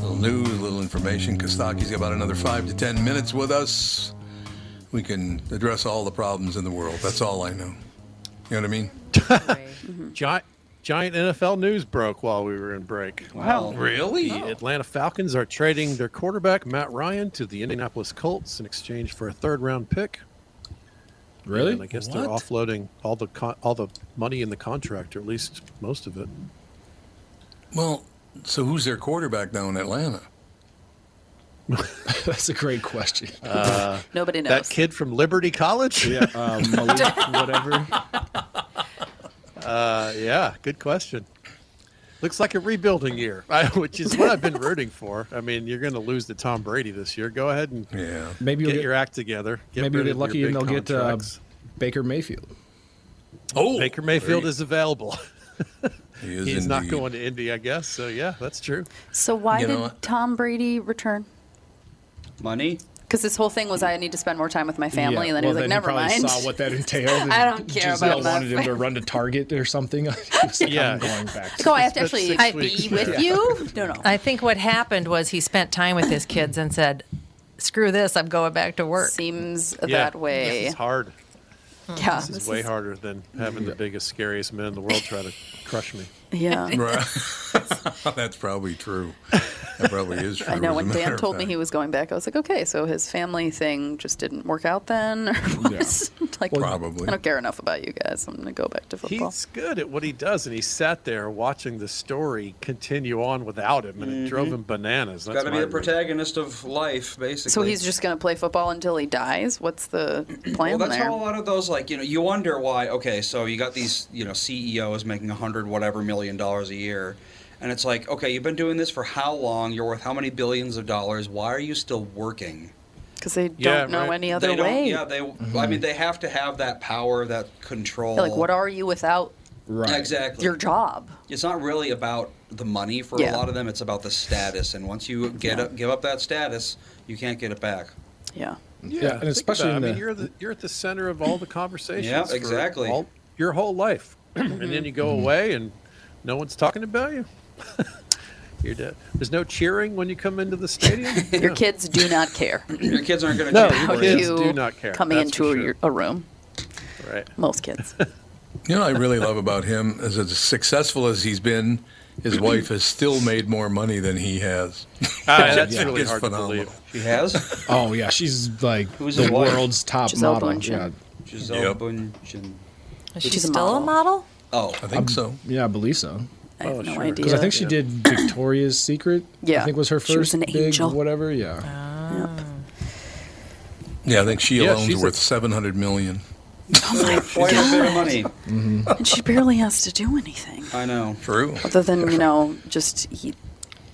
S1: Little news, little information. Kostaki's got about another five to ten minutes with us. We can address all the problems in the world. That's all I know. You know what I mean?
S8: giant giant NFL news broke while we were in break.
S5: Wow.
S1: Really?
S8: The Atlanta Falcons are trading their quarterback Matt Ryan to the Indianapolis Colts in exchange for a third round pick.
S2: Really?
S8: And I guess they're
S2: What?
S8: offloading all the con- all the money in the contract, or at least most of it.
S1: Well, so who's their quarterback now in Atlanta?
S2: That's a great question.
S6: Uh,
S3: Nobody knows.
S8: Uh, That kid from Liberty College. Yeah.
S2: Um, Malik, whatever.
S8: Uh, yeah. Good question. Looks like a rebuilding year, I- which is what I've been rooting for. I mean, you're going to lose to Tom Brady this year. Go ahead and
S1: Yeah.
S2: Maybe you'll
S8: get,
S2: get,
S8: your act together. Get
S2: maybe you'll
S8: rid
S2: get
S8: of your
S2: lucky and
S8: big
S2: they'll get uh,
S8: contracts.
S2: Baker Mayfield.
S1: Oh,
S8: Baker Mayfield is available.
S1: He is
S8: He's not
S1: indeed.
S8: going to Indy, I guess. So yeah, that's true.
S3: so why
S1: You know
S3: did
S1: what?
S3: Tom Brady return?
S5: Money?
S3: Because his whole thing was I need to spend more time with my family,
S2: Yeah,
S3: and
S2: well,
S3: then he was like,
S2: then
S3: never
S2: probably
S3: mind.
S2: Saw what that entailed.
S3: I
S2: and
S3: don't care
S2: Giselle
S3: about that.
S2: wanted him to run to Target or something. He was like,
S8: Yeah.
S2: I'm going back.
S3: Go, I have to
S8: That's
S3: actually
S8: six
S3: I-
S8: weeks.
S3: be with you. No, no.
S4: I think what happened was he spent time with his kids and said, "Screw this, I'm going back to work."
S3: Seems
S8: yeah,
S3: that way.
S8: This is hard.
S3: Yeah,
S8: This, is way harder than having the biggest, scariest man in the world try to crush me.
S3: Yeah.
S1: Right. That's probably true. That probably is true.
S3: I know
S1: as a
S3: when
S1: matter
S3: Dan
S1: of
S3: told me
S1: fact.
S3: he was going back, I was like, okay, so his family thing just didn't work out then, or what? like,
S1: Probably.
S3: I don't care enough about you guys. I'm gonna go back to football.
S8: He's good at what he does, and he sat there watching the story continue on without him, and it drove him bananas. That's
S5: Got to be
S8: my
S5: the
S8: read.
S5: protagonist of life, basically.
S3: so he's just gonna play football until he dies. What's the plan
S5: Well, that's
S3: there?
S5: how a lot of those, like, you know, you wonder why, okay, so you got these, you know, CEOs making a hundred whatever million dollars a year. And it's like, okay, you've been doing this for how long? You're worth how many billions of dollars? Why are you still working?
S3: Because they don't
S8: Yeah,
S3: know
S8: right.
S3: any other
S5: they don't,
S3: way.
S5: yeah, they, I mean, they have to have that power, that control.
S3: They're like, what are you without
S2: Right.
S5: Exactly.
S3: your job?
S5: It's not really about the money for
S3: Yeah.
S5: a lot of them. It's about the status, and once you get up, give up that status, you can't get it back.
S3: Yeah.
S8: Yeah,
S2: and
S8: think about
S2: especially in
S8: it. I mean,
S2: the-
S8: you're the you're at the center of all the conversations.
S5: Yeah,
S8: for
S5: exactly.
S8: all- your whole life, and
S3: Mm-hmm.
S8: then you go away, and no one's talking about you. you're dead. There's no cheering when you come into the stadium.
S3: Your kids do not care
S5: Your kids aren't going to
S8: No,
S5: cheer
S8: your
S3: about
S5: for you.
S8: kids
S3: you
S8: do not care,
S3: coming
S8: that's
S3: into
S8: for
S3: a,
S8: sure.
S3: your- a room.
S8: right.
S3: Most kids.
S1: You know, what I really love about him is as successful as he's been, his wife has still made more money than he has.
S8: Ah, that's
S1: Yeah.
S8: really
S1: It's
S8: hard
S1: phenomenal.
S8: to believe.
S5: She has.
S2: Oh yeah, she's like
S5: Who's
S2: the
S5: his wife?
S2: world's top
S3: Gisele
S2: model.
S3: Bundchen.
S2: Yeah,
S5: Giselle
S1: Yep.
S5: Bundchen.
S4: Is she
S3: She's a
S4: still a
S3: model.
S4: model?
S5: Oh,
S1: I think so.
S2: Um, yeah, I believe so.
S3: I have
S8: Oh,
S3: no
S8: sure. 'Cause I
S3: idea.
S2: Because I think she did Victoria's Secret.
S3: Yeah.
S2: I think was her first
S3: She was an
S2: big
S3: angel.
S2: whatever. Yeah,
S3: Yep.
S1: Yeah, I think she
S8: Yeah,
S1: alone's
S8: she's a-
S1: worth seven hundred million.
S5: quite a bit of money.
S3: Oh
S8: Mm-hmm.
S3: And she barely has to do anything
S5: I know.
S1: True.
S3: other than, you know, just eat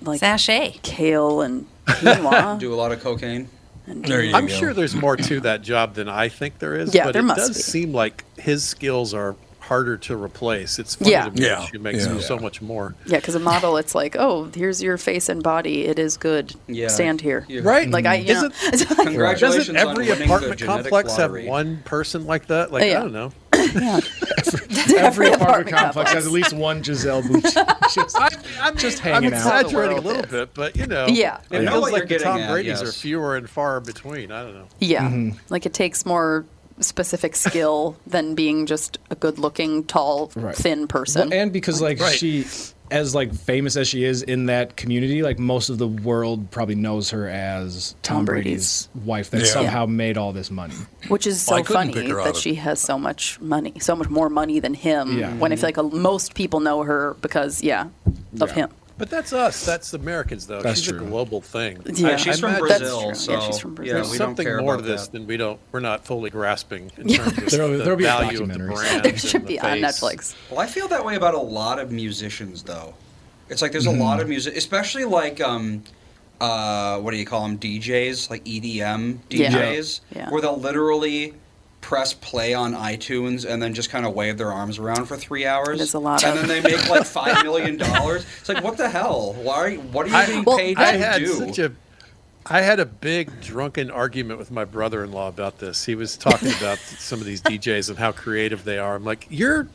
S3: like
S4: Sachet.
S3: kale and quinoa.
S5: Do a lot of cocaine.
S1: There you
S8: I'm
S1: go.
S8: sure there's more to that job than I think there is.
S3: Yeah,
S8: but
S3: there
S8: it
S3: must
S8: does
S3: be.
S8: seem like his skills are harder to replace. It's funny
S3: Yeah.
S8: to me that
S1: Yeah,
S8: she makes
S1: yeah.
S8: so much more.
S3: yeah, because a model, it's like, oh, here's your face and body. It is good.
S5: Yeah.
S3: Stand here.
S5: Yeah.
S8: Right? Mm-hmm.
S3: Like I, you know,
S8: Isn't-
S5: Congratulations
S8: Doesn't
S5: on
S8: every
S5: winning the
S8: apartment
S5: genetic
S8: complex
S5: lottery.
S8: have one person like that? Like
S3: Yeah.
S8: I don't know.
S3: yeah.
S2: every apartment
S3: apartment
S2: complex has at least one Giselle Bundchen. Just-
S8: I mean,
S2: Just
S8: I'm
S2: hanging out.
S8: exaggerating a
S3: World
S8: little
S3: is.
S8: bit, but you know,
S3: Yeah.
S5: I
S8: it
S5: know
S8: feels
S5: what you're
S8: like the
S5: getting
S8: Tom
S5: at,
S8: Brady's are
S5: yes.
S8: fewer and far between. I don't know.
S3: Yeah.
S2: Mm-hmm.
S3: Like it takes more specific skill than being just a good looking, tall,
S2: Right.
S3: thin person.
S2: and because like she as like famous as she is in that community like most of the world probably knows her as tom,
S3: Tom
S2: brady's, wife that
S1: Yeah.
S2: somehow made all this money
S3: Which is so
S1: Well, I couldn't
S3: funny
S1: pick her out
S3: that
S1: of-
S3: she has so much money, so much more money than him.
S2: Yeah.
S3: When I feel like a, most people know her because, yeah, of
S2: Yeah.
S3: him.
S8: But that's us. That's Americans, though.
S2: That's
S8: She's
S2: true.
S8: a global thing.
S3: Yeah.
S5: Uh, she's from
S8: That's
S5: Brazil,
S3: true.
S5: so
S3: Yeah, she's from Brazil.
S5: yeah,
S8: There's
S5: we don't
S8: something
S5: care
S8: more to
S5: about
S8: this
S5: that.
S8: than we don't. We're not fully grasping in
S3: Yeah.
S8: terms of
S2: There'll-
S8: the
S2: there'll be a
S8: value of the
S2: documentary.
S8: brand.
S3: It
S8: and
S3: should
S8: the
S3: be on
S8: face.
S3: Netflix.
S5: Well, I feel that way about a lot of musicians, though. It's like there's
S2: Mm-hmm.
S5: a lot of music, especially like um, uh, what do you call them? DJs, like E EDM
S3: Yeah.
S5: DJs,
S3: Yeah.
S5: where they'll literally press play on iTunes and then just kind of wave their arms around for three hours.
S3: It is a lot
S5: And
S3: of-
S5: then they make like five million dollars. It's like what the hell? Why? What are you being
S3: well,
S5: paid
S8: I
S5: to
S8: had
S5: do?
S8: such a I had a big drunken argument with my brother-in-law about this. He was talking about some of these DJs and how creative they are. I'm like, you're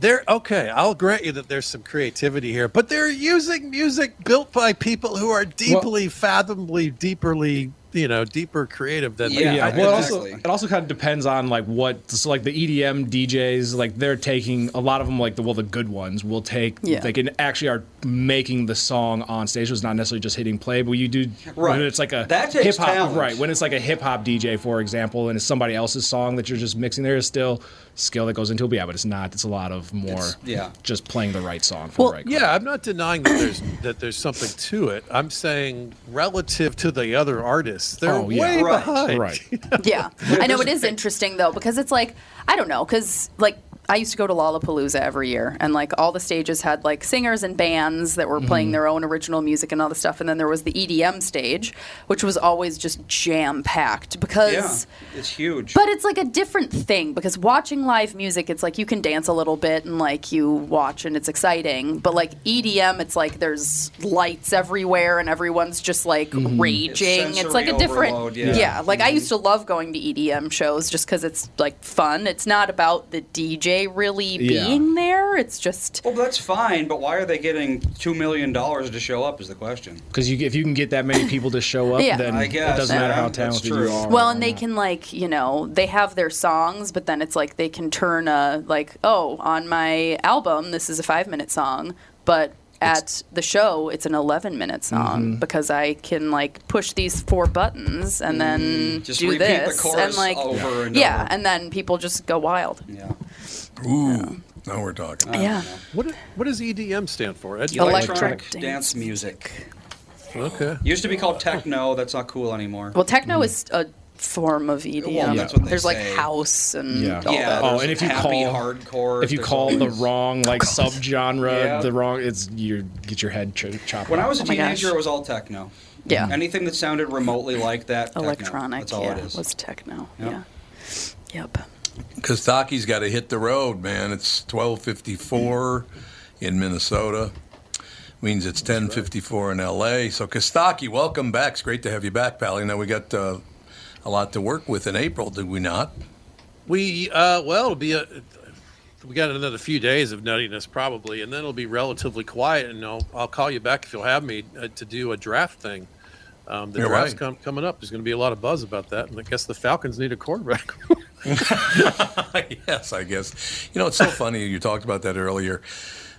S8: they're okay. I'll grant you that there's some creativity here, but they're using music built by people who are deeply, fathomably, deeply you know deeper creative than
S5: Yeah,
S2: yeah,
S8: I-
S2: well, it
S8: I just-
S2: also
S5: exactly.
S2: it also kind of depends on like what so like the E EDM DJs like they're taking a lot of them like the well the good ones will take
S3: Yeah.
S2: they can actually are making the song on stage. So it's not necessarily just hitting play, but you do
S5: Right.
S2: when it's like a
S5: That takes
S2: hip hop
S5: talent.
S2: right when it's like a hip hop DJ for example, and it's somebody else's song that you're just mixing. There is still skill that goes into it, but yeah, but it's not. It's a lot of more
S5: It's- yeah.
S2: just playing the right song for
S3: Well,
S2: the right. crowd.
S8: yeah, I'm not denying that there's that there's something to it. I'm saying relative to the other artists, they're
S2: Oh, yeah.
S8: way
S5: Right.
S8: behind.
S2: right.
S3: yeah. I know it is interesting though because it's like I don't know because like I used to go to Lollapalooza every year and like all the stages had like singers and bands that were playing their own original music and all the stuff and then there was the EDM stage which was always just jam packed
S5: Yeah,
S3: because.
S5: it's huge.
S3: But it's like a different thing because watching live music, it's like you can dance a little bit and like you watch and it's exciting. But like EDM, it's like there's lights everywhere and everyone's just like raging. It's,
S5: Mm-hmm. sensory
S3: like a different,
S5: overload, yeah. Mm-hmm.
S3: Like I used to love going to EDM shows just because it's like fun. It's not about the DJ really
S2: Yeah.
S3: being there. It's just
S5: well, that's fine, but why are they getting $2 million to show up is the question.
S2: Because you, if you can get that many people to show up,
S3: Yeah.
S2: then
S5: I guess,
S2: it doesn't matter
S5: yeah,
S2: how
S5: that's
S2: talented
S5: true.
S2: you are.
S3: Well, and they can like you know they have their songs, but then it's like they can turn a like oh on my album this is a five minute song, but at the show it's an eleven minute song
S5: Mm-hmm.
S3: because I can like push these four buttons and then
S5: Mm-hmm. Just
S3: do
S5: repeat
S3: this
S5: the chorus
S3: and like
S5: over and
S3: yeah,
S5: over.
S3: and then people just go wild.
S5: yeah.
S1: Ooh, now we're talking.
S2: Uh,
S3: Yeah,
S8: What what
S2: E
S8: does EDM stand for? Ed?
S3: Electric
S5: Electronic
S3: dance
S5: dance music.
S8: Okay.
S5: Used to be called techno. That's not cool anymore.
S3: well techno is a form of EDM.
S5: Uh, mm. Well, that's what they
S3: There's like
S5: say.
S3: house and
S2: Yeah.
S3: all
S5: yeah.
S3: that.
S2: Oh,
S5: there's
S2: and if you
S5: happy
S2: call-
S5: hardcore,
S2: if you
S5: there's
S2: call the
S5: always-
S2: wrong like subgenre,
S5: Yeah.
S2: the wrong it's you get your head ch- chopped.
S5: When I
S2: off.
S5: was a
S3: Oh my
S5: teenager,
S3: gosh.
S5: it was all techno.
S3: Yeah.
S5: Anything that sounded remotely like that. techno.
S3: electronic.
S5: That's all
S3: yeah,
S5: it is.
S3: was techno.
S5: Yeah.
S3: Yeah. Yep.
S1: Kostaki's got to hit the road, man. It's 12:54 in Minnesota. Means it's 10:54 in LA. So Kostaki, welcome back. It's great to have you back, Pally. Now we got uh, a lot to work with in April, did we not?
S8: We uh, well, it'll be a. We got another few days of nuttiness probably, and then it'll be relatively quiet. And I'll I'll call you back if you'll have me uh, to do a draft thing. Um, the
S1: You're
S8: draft's
S1: right.
S8: com- coming up. There's going to be a lot of buzz about that, and I guess the Falcons need a quarterback.
S1: yes, I guess. You know, it's so funny. You talked about that earlier.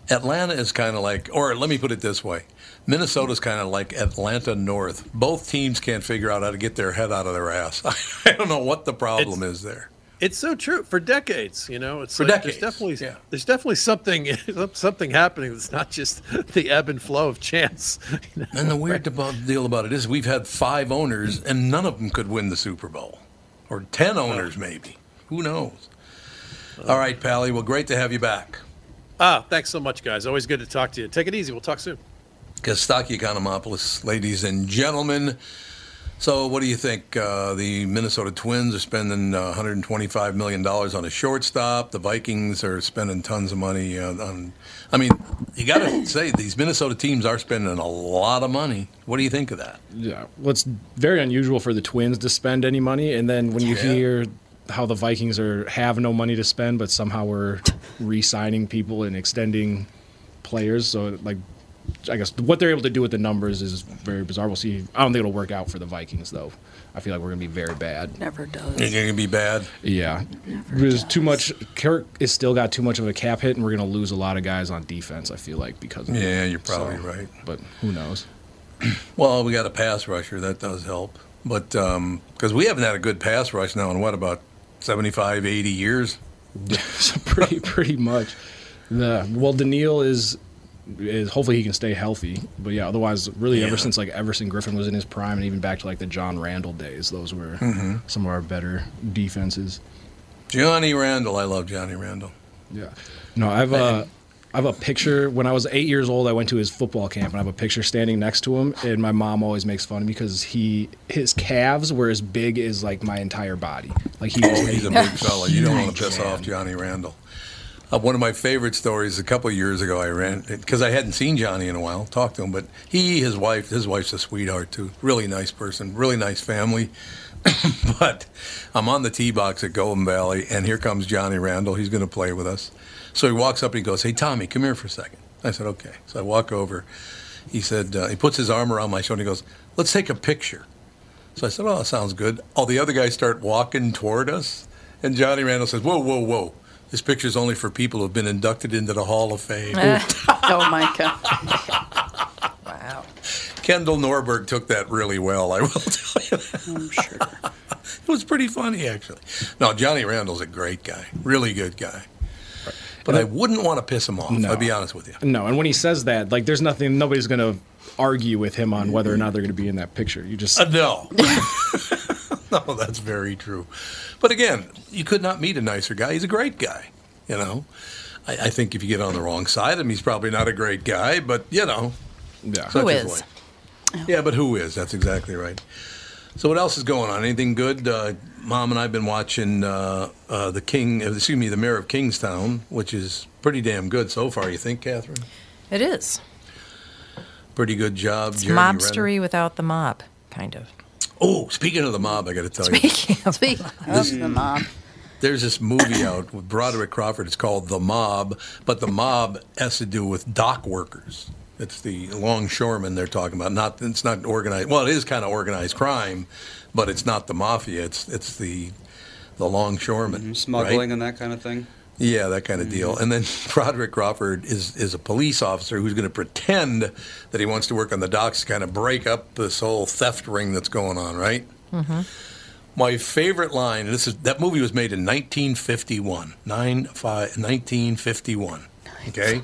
S1: Atlanta is kind of like, or let me put it this way Minnesota's kind of like Atlanta North. Both teams can't figure out how to get their head out of their ass. I don't know what the problem is there.
S8: It's so true for decades, you know. It's
S1: For
S8: like
S1: decades,
S8: There's definitely
S1: yeah.
S8: there's definitely something something happening that's not just the ebb and flow of chance. you know?
S1: And the weird debo- deal about it is we've had five owners, and none of them could win the Super Bowl, or 10 owners, maybe. Who knows? All right, Pally. Well, great to have you back.
S8: Ah, thanks so much, guys. Always good to talk to you. Take it easy. We'll talk soon.
S1: Kostaki Economopoulos, ladies and gentlemen. So, what do you think? Uh, the Minnesota Twins are spending uh, $125 million on a shortstop. The Vikings are spending tons of money uh, on. I mean, you got to say, these Minnesota teams are spending a lot of money. What do you think of that?
S2: yeah, well, it's very unusual for the Twins to spend any money, and then when you
S1: Yeah.
S2: hear how the Vikings are have no money to spend, but somehow we're re-signing people and extending players, so like. I guess what they're able to do with the numbers is very bizarre. We'll see. I don't think it'll work out for the Vikings, though. I feel like we're going to be very bad.
S3: Never
S1: It's
S3: does.
S1: going to be bad.
S2: Yeah, there's too much. Kirk is still got too much of a cap hit, and we're going to lose a lot of guys on defense. I feel like because of it.
S1: Yeah, you're probably right.
S2: But who knows?
S1: Well, we got a pass rusher. That does help. But because we haven't had a good pass rush now in what, about 75, 80 years?
S2: so pretty pretty much. The well, Daniil is is hopefully he can stay healthy. But yeah, otherwise, really,
S1: Yeah.
S2: ever since like Everson Griffin was in his prime, and even back to like the John Randall days, those were
S1: Mm-hmm.
S2: some of our better defenses.
S1: Johnny Randall. I love Johnny Randall.
S2: Yeah. No, I've uh, I have a picture when I was eight years old. I went to his football camp, and I have a picture standing next to him. And my mom always makes fun of me because he his calves were as big as like my entire body. Like he was
S1: Oh, he's a big fella. You don't want
S2: huge
S1: to piss
S2: man.
S1: off Johnny Randall. Uh, one of my favorite stories a couple of years ago, I ran because I hadn't seen Johnny in a while, talked to him, but he, his wife, his wife's a sweetheart too. Really nice person, really nice family. but I'm on the tee box at Golden Valley, and here comes Johnny Randall. He's going to play with us. So he walks up and he goes, Hey, Tommy, come here for a second. I said, Okay. So I walk over. He said, uh, He puts his arm around my shoulder and he goes, Let's take a picture. So I said, "Oh, that sounds good." All the other guys start walking toward us, and Johnny Randall says, "Whoa, whoa, whoa! This picture's only for people who've been inducted into the Hall of Fame."
S3: oh my god.
S1: Kendall Norberg took that really well. I will tell you that. I'm sure. it was pretty funny, actually. No, Johnny Randall's a great guy, really good guy. But I wouldn't want to piss him off. I'll be honest with you.
S2: No, and when he says that, like, there's nothing, nobody's going to argue with him on whether or not they're going to be in that picture. You just,
S1: Uh, no. no, that's very true. But again, you could not meet a nicer guy. He's a great guy, you know. I, I think if you get on the wrong side of him, he's probably not a great guy, but you know.
S2: yeah.
S1: such
S4: Who
S1: is
S4: is? Oh.
S1: life. Yeah, but who is? That's exactly right. So what else is going on? Anything good? Uh, Mom and I've been watching uh, uh, the King. uh, Excuse me, the Mayor of Kingstown, which is pretty damn good so far. You think, Catherine?
S4: It is.
S1: Pretty good job,
S4: It's
S1: Jeremy Renner.
S4: mobstery without the mob, kind of.
S1: Oh, speaking of the mob, I got to tell you,
S4: Speaking of
S3: Speak of the mom.
S1: There's this movie out with Broderick Crawford. It's called The Mob, but the mob has to do with dock workers. It's the longshoremen they're talking about. Not it's not organized. Well, it is kind of organized crime, but it's not the mafia. It's it's the the longshoremen
S5: Smuggling
S1: right?
S5: and that kind of thing.
S1: Yeah, that kind of deal. And then Broderick Crawford is is a police officer who's going to pretend that he wants to work on the docks to kind of break up this whole theft ring that's going on, right?
S4: Mm-hmm.
S1: My favorite line, and this is that movie was made in 1951. Nine, five, 1951. Okay?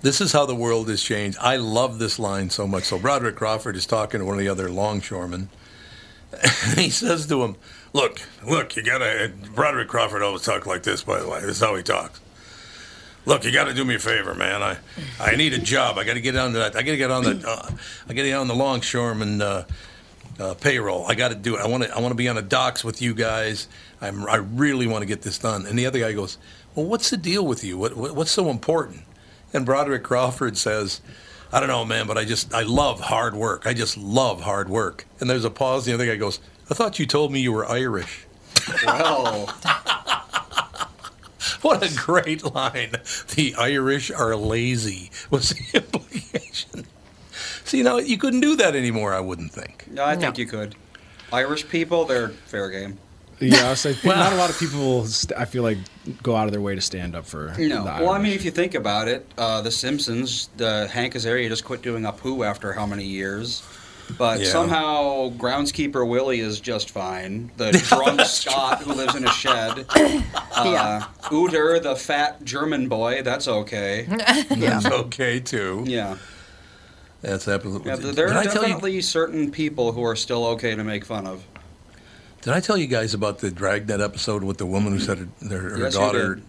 S1: this is how the world has changed. I love this line so much. So Broderick Crawford is talking to one of the other longshoremen. And he says to him, Look, look, you gotta. Broderick Crawford always talked like this, by the way. This is how he talks. Look, you gotta do me a favor, man. I, I need a job. I gotta get on that. I gotta get on the. Uh, I gotta get on the longshoreman uh, uh, payroll. I gotta do it. I wanna. I wanna be on the docks with you guys. I'm. I really wanna get this done. And the other guy goes, Well, what's the deal with you? What, what What's so important? And Broderick Crawford says, I don't know, man, but I just, I love hard work. I just love hard work. And there's a pause. And the other guy goes, I thought you told me you were Irish.
S5: Well,
S1: What a great line. The Irish are lazy was the implication. See, now you couldn't do that anymore, I wouldn't think.
S5: no, I think you could. Irish people, they're fair game.
S2: Yeah, I was like, not a lot of people, st- I feel like, go out of their way to stand up for.
S5: No.
S2: the
S5: Well, I
S2: Irish.
S5: mean, if you think about it, uh, The Simpsons, the Hank Azaria just quit doing Apu after how many years? But
S1: Yeah.
S5: somehow Groundskeeper Willie is just fine. The drunk Scot who lives in a shed.
S3: Yeah.
S5: Uh, Uter, the fat German boy, that's okay.
S1: That's okay, too.
S5: Yeah.
S1: That's absolutely.
S5: yeah th- there
S1: did,
S5: are
S1: I tell you,
S5: definitely certain people who are still okay to make fun of.
S1: did I tell you guys about the Dragnet episode with the woman who said her, her, her
S5: Yes, you
S1: daughter.
S5: did.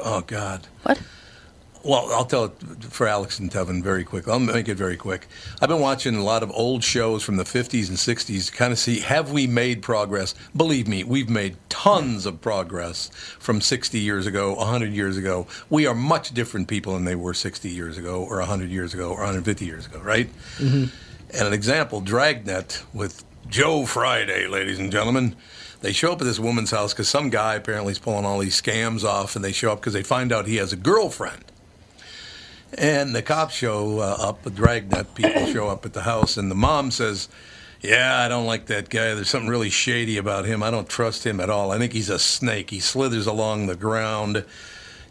S1: Oh, God.
S3: What?
S1: Well, I'll tell it for Alex and Tevin very quick. I'll make it very quick. I've been watching a lot of old shows from the 50s and 60s to kind of see have we made progress? Believe me, we've made tons of progress from 60 years ago, 100 years ago. We are much different people than they were 60 years ago, or 100 years ago, or 150 years ago, right? And an example, Dragnet with Joe Friday, ladies and gentlemen. They show up at this woman's house because some guy apparently is pulling all these scams off, and they show up because they find out he has a girlfriend. And the cops show uh, up, the dragnet people show up at the house, and the mom says, Yeah, I don't like that guy. There's something really shady about him. I don't trust him at all. I think he's a snake. He slithers along the ground.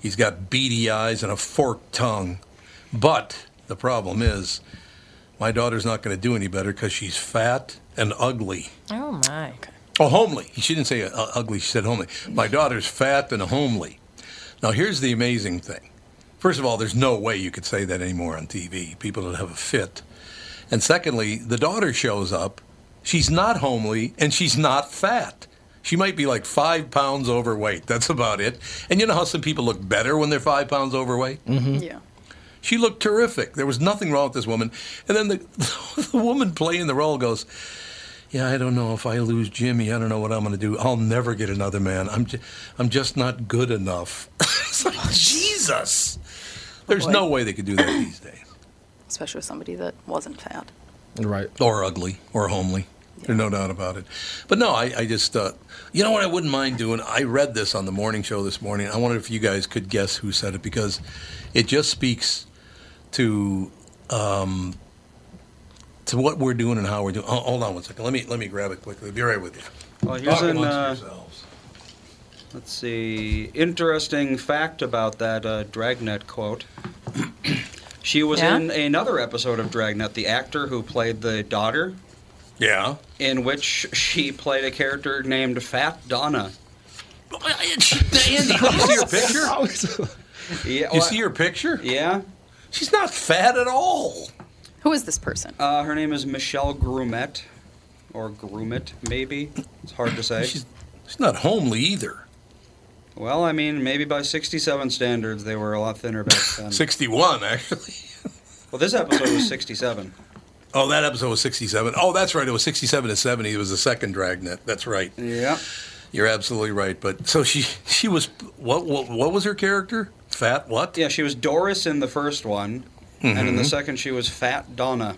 S1: He's got beady eyes and a forked tongue. But the problem is, my daughter's not going to do any better because she's fat and ugly.
S4: Oh my.
S1: Oh, homely. She didn't say uh, ugly. She said homely. My daughter's fat and homely. Now, here's the amazing thing. First of all, there's no way you could say that anymore on TV. People don't have a fit. And secondly, the daughter shows up. She's not homely and she's not fat. She might be like five pounds overweight. That's about it. And you know how some people look better when they're five pounds overweight?
S3: Yeah.
S1: She looked terrific. There was nothing wrong with this woman. And then the, the woman playing the role goes, Yeah, I don't know if I lose Jimmy, I don't know what I'm going to do. I'll never get another man. I'm, ju- I'm just not good enough. it's like, Jesus. There's no way they could do that these days.
S3: Especially with somebody that wasn't fat.
S2: Right.
S1: Or ugly, or homely. There's no doubt about it. But no, I, I just, uh, you know what I wouldn't mind doing? I read this on the morning show this morning. I wondered if you guys could guess who said it because it just speaks to um, to what we're doing and how we're doing. Ho- Hold on one second. Let me let me grab it quickly. Be right with you.
S5: Well, here's
S1: Talk
S5: an,
S1: amongst
S5: uh,
S1: yourselves.
S5: Let's see. Interesting fact about that uh, Dragnet quote. she was
S4: Yeah?
S5: in another episode of Dragnet, the actor who played the daughter,
S1: Yeah.
S5: in which she played a character named Fat Donna.
S1: you see her picture?
S5: Yeah,
S1: You
S5: well,
S1: see her picture?
S5: Yeah.
S1: She's not fat at all.
S3: Who is this person?
S5: Uh, her name is Michelle Grumet, or Grumet, maybe. It's hard to say.
S1: She's she's not homely either.
S5: Well, I mean, maybe by 67 standards, they were a lot thinner back then.
S1: 61 actually.
S5: Well, this episode was 67.
S1: Oh, that episode was 67. Oh, that's right. It was 67 to 70. It was the second Dragnet. That's right.
S5: Yeah.
S1: You're absolutely right. But so she she was what what, what was her character? Fat what? Mm-hmm.
S5: Yeah, she was Doris in the first one, and in the second, she was Fat Donna.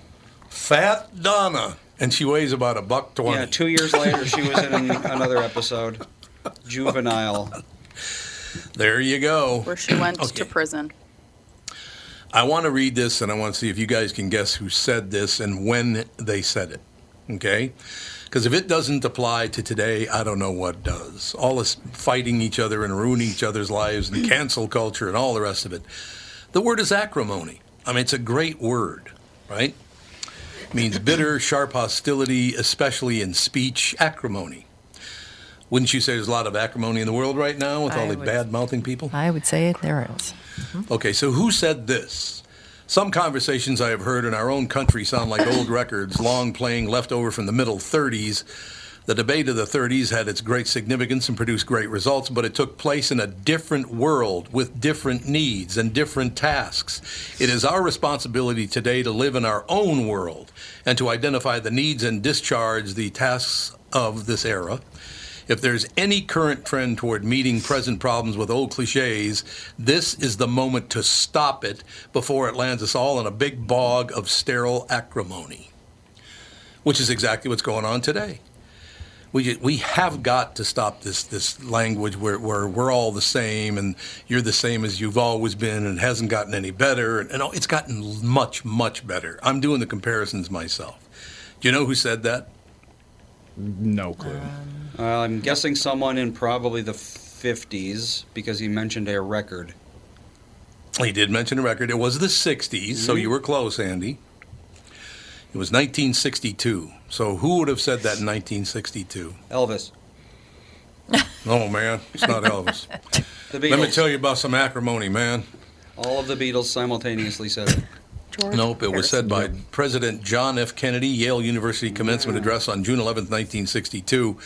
S1: Fat Donna, and she weighs about a buck twenty.
S5: Yeah, two years later, she was in another episode, Juvenile.
S1: there you go.
S3: Where she went
S1: Okay.
S3: to prison.
S1: I want to read this and I want to see if you guys can guess who said this and when they said it. Okay? Because if it doesn't apply to today, I don't know what does. All this fighting each other and ruining each other's lives and cancel culture and all the rest of it. The word is acrimony. I mean, it's a great word, right? It means bitter, sharp hostility, especially in speech, acrimony. Wouldn't you say there's a lot of acrimony in the world right now with
S4: I
S1: all the
S4: would-
S1: bad mouthing people?
S4: I would say there is.
S1: Okay, so who said this? Some conversations I have heard in our own country sound like old records, long playing left over from the middle 30s. The debate of the 30s had its great significance and produced great results, but it took place in a different world with different needs and different tasks. It is our responsibility today to live in our own world and to identify the needs and discharge the tasks of this era. If there's any current trend toward meeting present problems with old cliches, this is the moment to stop it before it lands us all in a big bog of sterile acrimony, which is exactly what's going on today. We, ju- we have got to stop this, this language where, where we're all the same and you're the same as you've always been and it hasn't gotten any better. And, and all- it's gotten much, much better. I'm doing the comparisons myself. Do you know who said that?
S2: No clue.
S5: Uh, I'm guessing someone in probably the 50s because he mentioned a record.
S1: He did mention a record. It was the 60s, so
S5: Mm-hmm.
S1: you were close, Andy. It was 1962. So who would have said that in 1962?
S5: Elvis.
S1: Oh, man, it's not Elvis.
S5: The Beatles.
S1: Let me tell you about some acrimony, man.
S5: All of the Beatles simultaneously said it.
S3: George
S1: Nope, it was said
S3: Harrison.
S1: by President John F. Kennedy, Yale University commencement address on June 11th, 1962.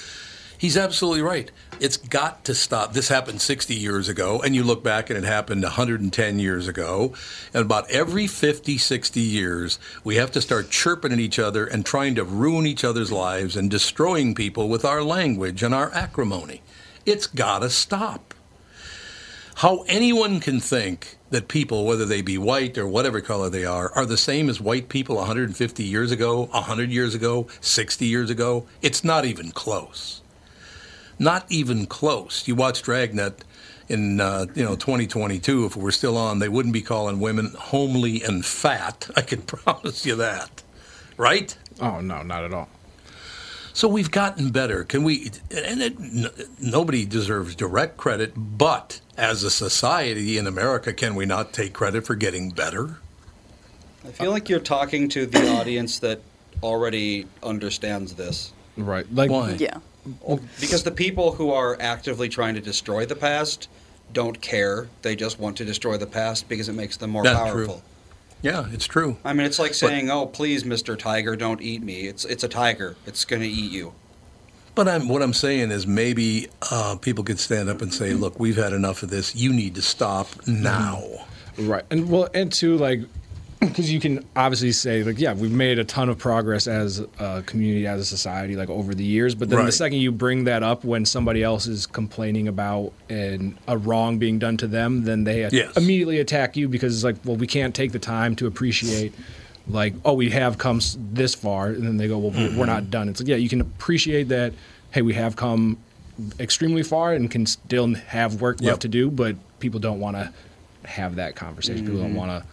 S1: He's absolutely right. It's got to stop. This happened 60 years ago, and you look back and it happened 110 years ago. And about every 50, 60 years, we have to start chirping at each other and trying to ruin each other's lives and destroying people with our language and our acrimony. It's got to stop how anyone can think that people, whether they be white or whatever color they are, are the same as white people 150 years ago, 100 years ago, 60 years ago, it's not even close. Not even close. You watch Dragnet in uh, you know 2022. If we're still on, they wouldn't be calling women homely and fat. I can promise you that, right?
S2: Oh no, not at all.
S1: So we've gotten better. Can we? And it, n- nobody deserves direct credit, but as a society in America, can we not take credit for getting better?
S5: I feel like you're talking to the audience that already understands this.
S2: Right. Like
S1: Why?
S3: Yeah.
S1: Oh,
S5: Because the people who are actively trying to destroy the past don't care. They just want to destroy the past because it makes them more
S1: That's true.
S5: powerful.
S1: Yeah, it's true.
S5: I mean, it's like saying, "Oh, please, Mister Tiger, don't eat me. It's it's a tiger. It's gonna eat you."
S1: But I'm, what I'm saying is maybe uh, people could stand up and say, "Look, we've had enough of this. You need to stop now."
S2: Right. And well, and two, like, because you can obviously say, like, yeah, we've made a ton of progress as a community, as a society, like over the years. But then the
S1: Right.
S2: second you bring that up when somebody else is complaining about an, a wrong being done to them, then they at-
S1: Yes.
S2: immediately attack you because it's like, well, we can't take the time to appreciate. Like, oh, we have come s- this far, and then they go, well,
S1: Mm-hmm.
S2: we're not done. It's like, yeah, you can appreciate that. Hey, we have come extremely far and can still have work
S1: Yep. Mm-hmm.
S2: left to do, but people don't want to have that conversation. People don't want to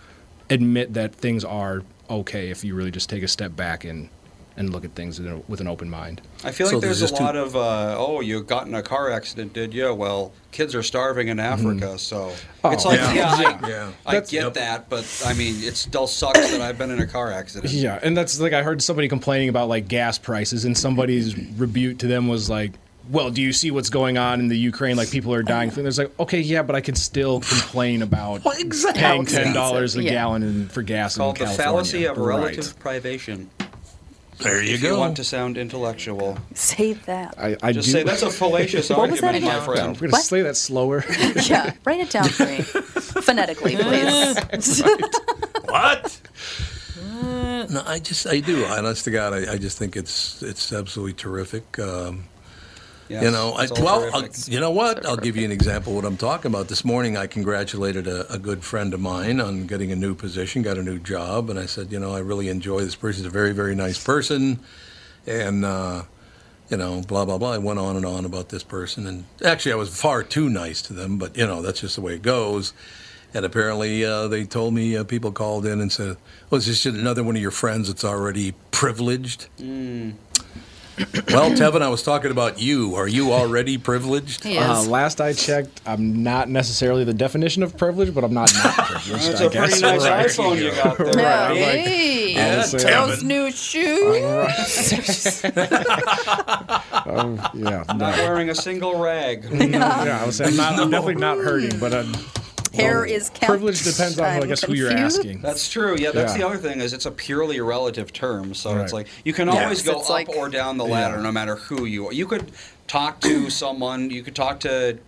S2: admit that things are okay if you really just take a step back and and look at things in a- with an open mind.
S5: I feel
S1: So
S5: like there's, a
S1: there's just two-
S5: lot of uh, oh, you got in a car accident, did you? Well, kids are starving in Africa, so it's like
S1: yeah.
S5: yeah, I,
S1: Yeah.
S5: I
S2: Mm-hmm. Oh. That's-
S5: get
S1: Yep.
S5: that, but I mean, it still sucks that I've been in a car accident.
S2: Yeah, and that's like I heard somebody complaining about like gas prices, and somebody's rebuke to them was like, "Well, do you see what's going on in the Ukraine? Like people are dying." And there's like, "Okay, yeah, but I can still complain about
S1: exactly.
S2: paying ten dollars a
S3: Yeah.
S2: gallon in, for gas in
S5: Called the
S2: California."
S5: fallacy of
S2: Right.
S5: relative privation.
S1: There you
S5: if
S1: go.
S5: you want to sound intellectual,
S3: Save that.
S2: I, I
S5: just
S2: do-
S5: say that's a fallacious
S3: What was that
S5: argument,
S3: again?
S5: my
S2: I'm
S5: friend.
S2: gonna
S3: What?
S2: say that slower.
S3: yeah, write it down for me phonetically, please.
S1: What? Mm. no, I just I do. Honest to God, I, I just think it's it's absolutely terrific. Um,
S5: Yes,
S1: you know, I,
S5: it's all
S1: well, I'll,
S5: terrific.
S1: you know what? I'll give you an example of what I'm talking about. This morning, I congratulated a, a good friend of mine on getting a new position, got a new job, and I said, you know, I really enjoy this person. He's a very, very nice person, and uh, you know, blah blah blah. I went on and on about this person, and actually, I was far too nice to them, but you know, that's just the way it goes. And apparently, uh, they told me uh, people called in and said, "Oh, is this just another one of your friends that's already privileged?"
S2: Mm.
S1: Well, Tevin, I was talking about you. Are you already privileged?
S3: He
S2: Uh,
S3: is.
S2: last I checked, I'm not necessarily the definition of privilege, but I'm not not privileged.
S5: That's
S2: I
S5: a pretty
S2: guess.
S5: nice
S2: Right.
S5: iPhone you got there.
S2: Yeah.
S5: right?
S3: Hey,
S1: Yeah,
S2: Honestly, I'm-
S3: those new shoes.
S2: Um, yeah, no.
S5: Not wearing a single rag.
S2: yeah, I was saying I'm, not, I'm definitely not hurting, but I'm,
S3: Hair is count.
S2: privilege depends on, I
S3: I'm
S2: guess, who you're
S3: confused.
S2: asking.
S5: That's true. Yeah, that's
S2: Yeah.
S5: the other thing is it's a purely relative term. So it's
S2: Right.
S5: like you can always go
S3: it's
S5: up
S3: like-
S5: or down the ladder, no matter who you are. You could talk to someone. You could talk to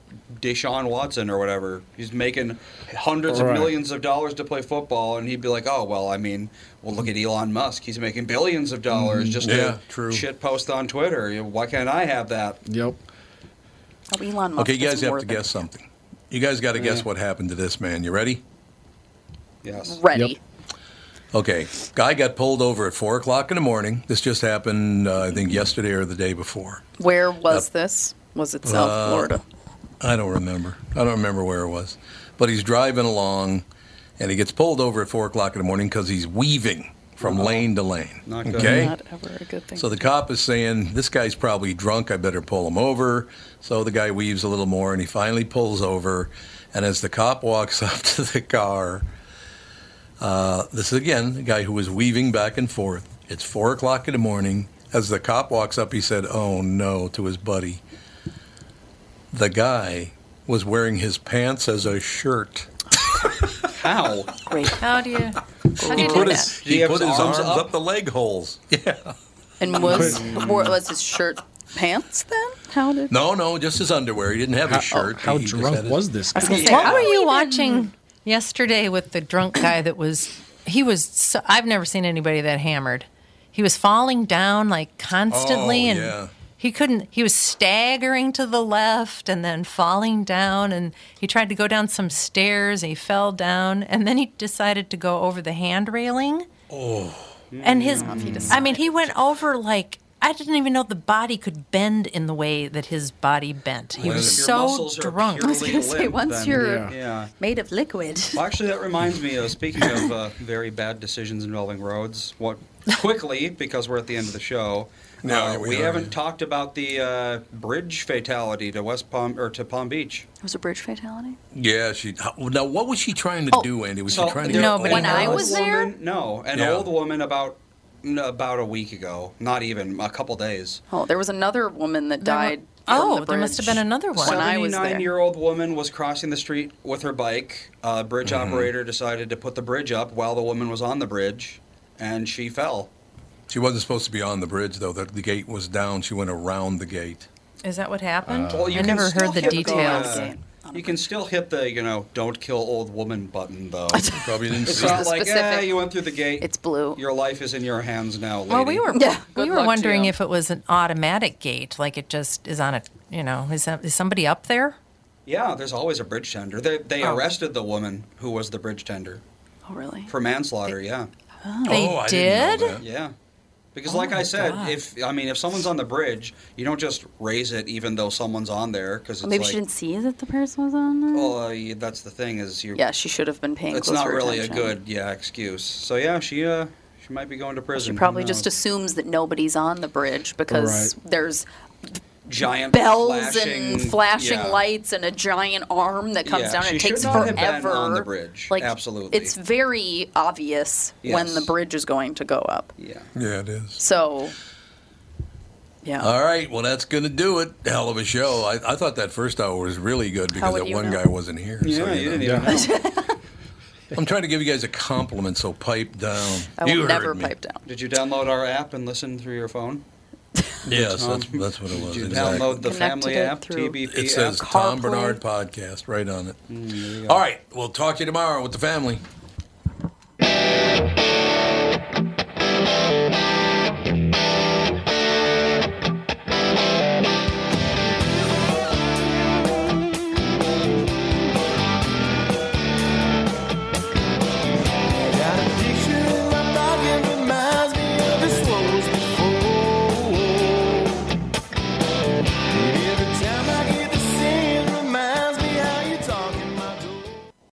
S5: Deshaun Watson or whatever. He's making hundreds
S2: Right.
S5: of millions of dollars to play football, and he'd be like, "Oh well, I mean, well look at Elon Musk. He's making billions of dollars
S2: Mm-hmm.
S5: just
S1: Yeah,
S5: to
S1: true.
S5: shit post on Twitter. You know, Why can't I have that?"
S2: Yep.
S3: Oh, Elon Musk
S1: Okay, you
S3: is
S1: guys have
S3: more
S1: to
S3: than-
S1: guess something. You guys got to guess
S5: Yeah.
S1: what happened to this man. You ready?
S5: Yes.
S3: Ready.
S2: Yep.
S1: Okay, guy got pulled over at four o'clock in the morning. This just happened, uh, I think, yesterday or the day before.
S3: Where was this? Was
S1: Uh,
S3: it South Florida?
S1: I don't remember. I don't remember where it was, but he's driving along, and he gets pulled over at four o'clock in the morning because he's weaving from lane to lane.
S5: Not good.
S1: Okay.
S3: Not ever a good thing.
S1: So the cop is saying, This guy's probably drunk. I better pull him over. So the guy weaves a little more and he finally pulls over. And as the cop walks up to the car, uh, this is again the guy who was weaving back and forth. It's four o'clock in the morning. As the cop walks up, he said, Oh no, to his buddy. The guy was wearing his pants as a shirt.
S5: How?
S3: Great.
S4: How do you? How do you do
S1: Put
S4: that?
S1: his,
S5: Did he
S1: he
S5: have
S1: put
S5: his
S1: his
S5: arms
S1: arms
S5: up?
S1: up the leg holes.
S3: And was wore, was his shirt pants then? How did?
S1: No, no, just his underwear. He didn't have his shirt.
S2: How
S1: He just had
S2: drunk
S1: his-
S2: was this?
S3: I was gonna say,
S4: What
S3: how
S4: were
S3: do
S4: you
S3: we-
S4: watching yesterday with the drunk guy that was? He was. So, I've never seen anybody that hammered. He was falling down like constantly,
S1: Oh,
S4: and
S1: yeah.
S4: he couldn't. He was staggering to the left and then falling down, and he tried to go down some stairs. And he fell down, and then he decided to go over the hand railing. Oh, and his. I mean, he went over like. I didn't even know the body could bend in the way that his body bent. He
S5: Well,
S4: was
S5: if your
S4: so
S5: muscles are
S4: drunk.
S5: pure-
S3: I was gonna say
S5: Limp,
S3: once
S5: then.
S3: you're
S2: Yeah.
S5: Yeah.
S3: made of liquid.
S5: Well, actually, that reminds me of speaking of uh, very bad decisions involving roads. What quickly, because we're at the end of the show.
S1: No,
S5: uh,
S1: we
S5: we,
S1: are,
S5: haven't
S1: yeah.
S5: talked about the uh, bridge fatality to West Palm or to Palm Beach.
S3: Was a bridge fatality?
S1: Yeah, she. how- Now, what was she trying to
S4: Oh,
S1: do, Andy? Was
S5: So
S1: she trying to
S5: there-
S1: get
S4: No, but
S1: old?
S4: when I
S5: old
S4: was
S5: woman,
S4: there?
S5: no, an
S1: Yeah.
S5: old woman about n- about a week ago, not even a couple days.
S3: Oh, there was another woman that
S4: There were-
S3: died.
S4: Oh,
S3: from the
S4: there must have
S3: bridge
S4: been another one.
S3: When I was there.
S5: year old woman was crossing the street with her bike. A bridge
S1: Mm-hmm.
S5: operator decided to put the bridge up while the woman was on the bridge, and she fell.
S1: She wasn't supposed to be on the bridge though. The, the gate was down. She went around the gate.
S4: Is that what happened?
S5: Well, you
S4: I
S5: can
S4: never
S5: still
S4: heard the
S5: hit
S4: details.
S3: uh,
S5: Yeah. you can still hit the, you know, don't kill old woman button, though.
S1: Probably didn't
S5: it's
S1: see.
S5: not
S1: Her.
S5: like,
S3: specific-
S5: eh, you went through the gate.
S3: It's blue.
S5: Your life is in your hands now, lady.
S4: well, we were
S3: Yeah,
S4: we
S3: good luck
S4: were
S3: to
S4: wondering
S3: you.
S4: if it was an automatic gate, like it just is on a you know is that, is somebody up there?
S5: Yeah, there's always a bridge tender. They, they
S4: Oh.
S5: arrested the woman who was the bridge tender
S3: Oh, really?
S5: for manslaughter, yeah.
S4: They
S1: oh, I
S4: did.
S1: Didn't know that.
S5: Yeah. Because,
S4: Oh
S5: like
S4: my
S5: I said,
S4: God.
S5: if I mean, if someone's on the bridge, you don't just raise it, even though someone's on there, because
S3: Maybe
S5: like,
S3: she didn't see that the person was on there.
S5: Well, uh, y- that's the thing is you.
S3: yeah, she should have been paying
S5: It's
S3: closer
S5: not really
S3: attention.
S5: a good yeah excuse. So yeah, she uh she might be going to prison.
S3: She
S5: who
S3: probably just
S5: knows?
S3: assumes that nobody's on the bridge because there's
S5: giant
S3: bells
S5: flashing,
S3: and flashing
S5: yeah.
S3: lights and a giant arm that comes
S5: Yeah,
S3: down and
S5: she
S3: it takes
S5: should not
S3: forever.
S5: have been on the bridge.
S3: Like
S5: Absolutely.
S3: it's very obvious when
S5: Yes.
S3: the bridge is going to go up.
S5: Yeah.
S1: Yeah, it is.
S3: So, yeah.
S1: All right, well, that's going to do it. Hell of a show. I, I thought that first hour was really good because
S3: would
S1: that
S3: you
S1: one
S3: know?
S1: guy wasn't here.
S5: Yeah,
S1: so,
S5: you
S1: know.
S5: didn't even know.
S1: I'm trying to give you guys a compliment, so pipe down.
S3: I
S1: you
S3: will
S1: heard
S3: never
S1: me.
S3: pipe down.
S5: Did you download our app and listen through your phone?
S1: Yes,
S5: Tom.
S1: that's, that's what it was.
S5: Did you
S1: exactly.
S5: download the
S3: Connected
S5: family
S3: it
S5: app, Mm,
S3: through-
S5: TBP
S1: It says
S5: app?
S1: Tom
S3: CarPlay.
S1: Bernard Podcast right on it. All right, we'll talk to you tomorrow with the family.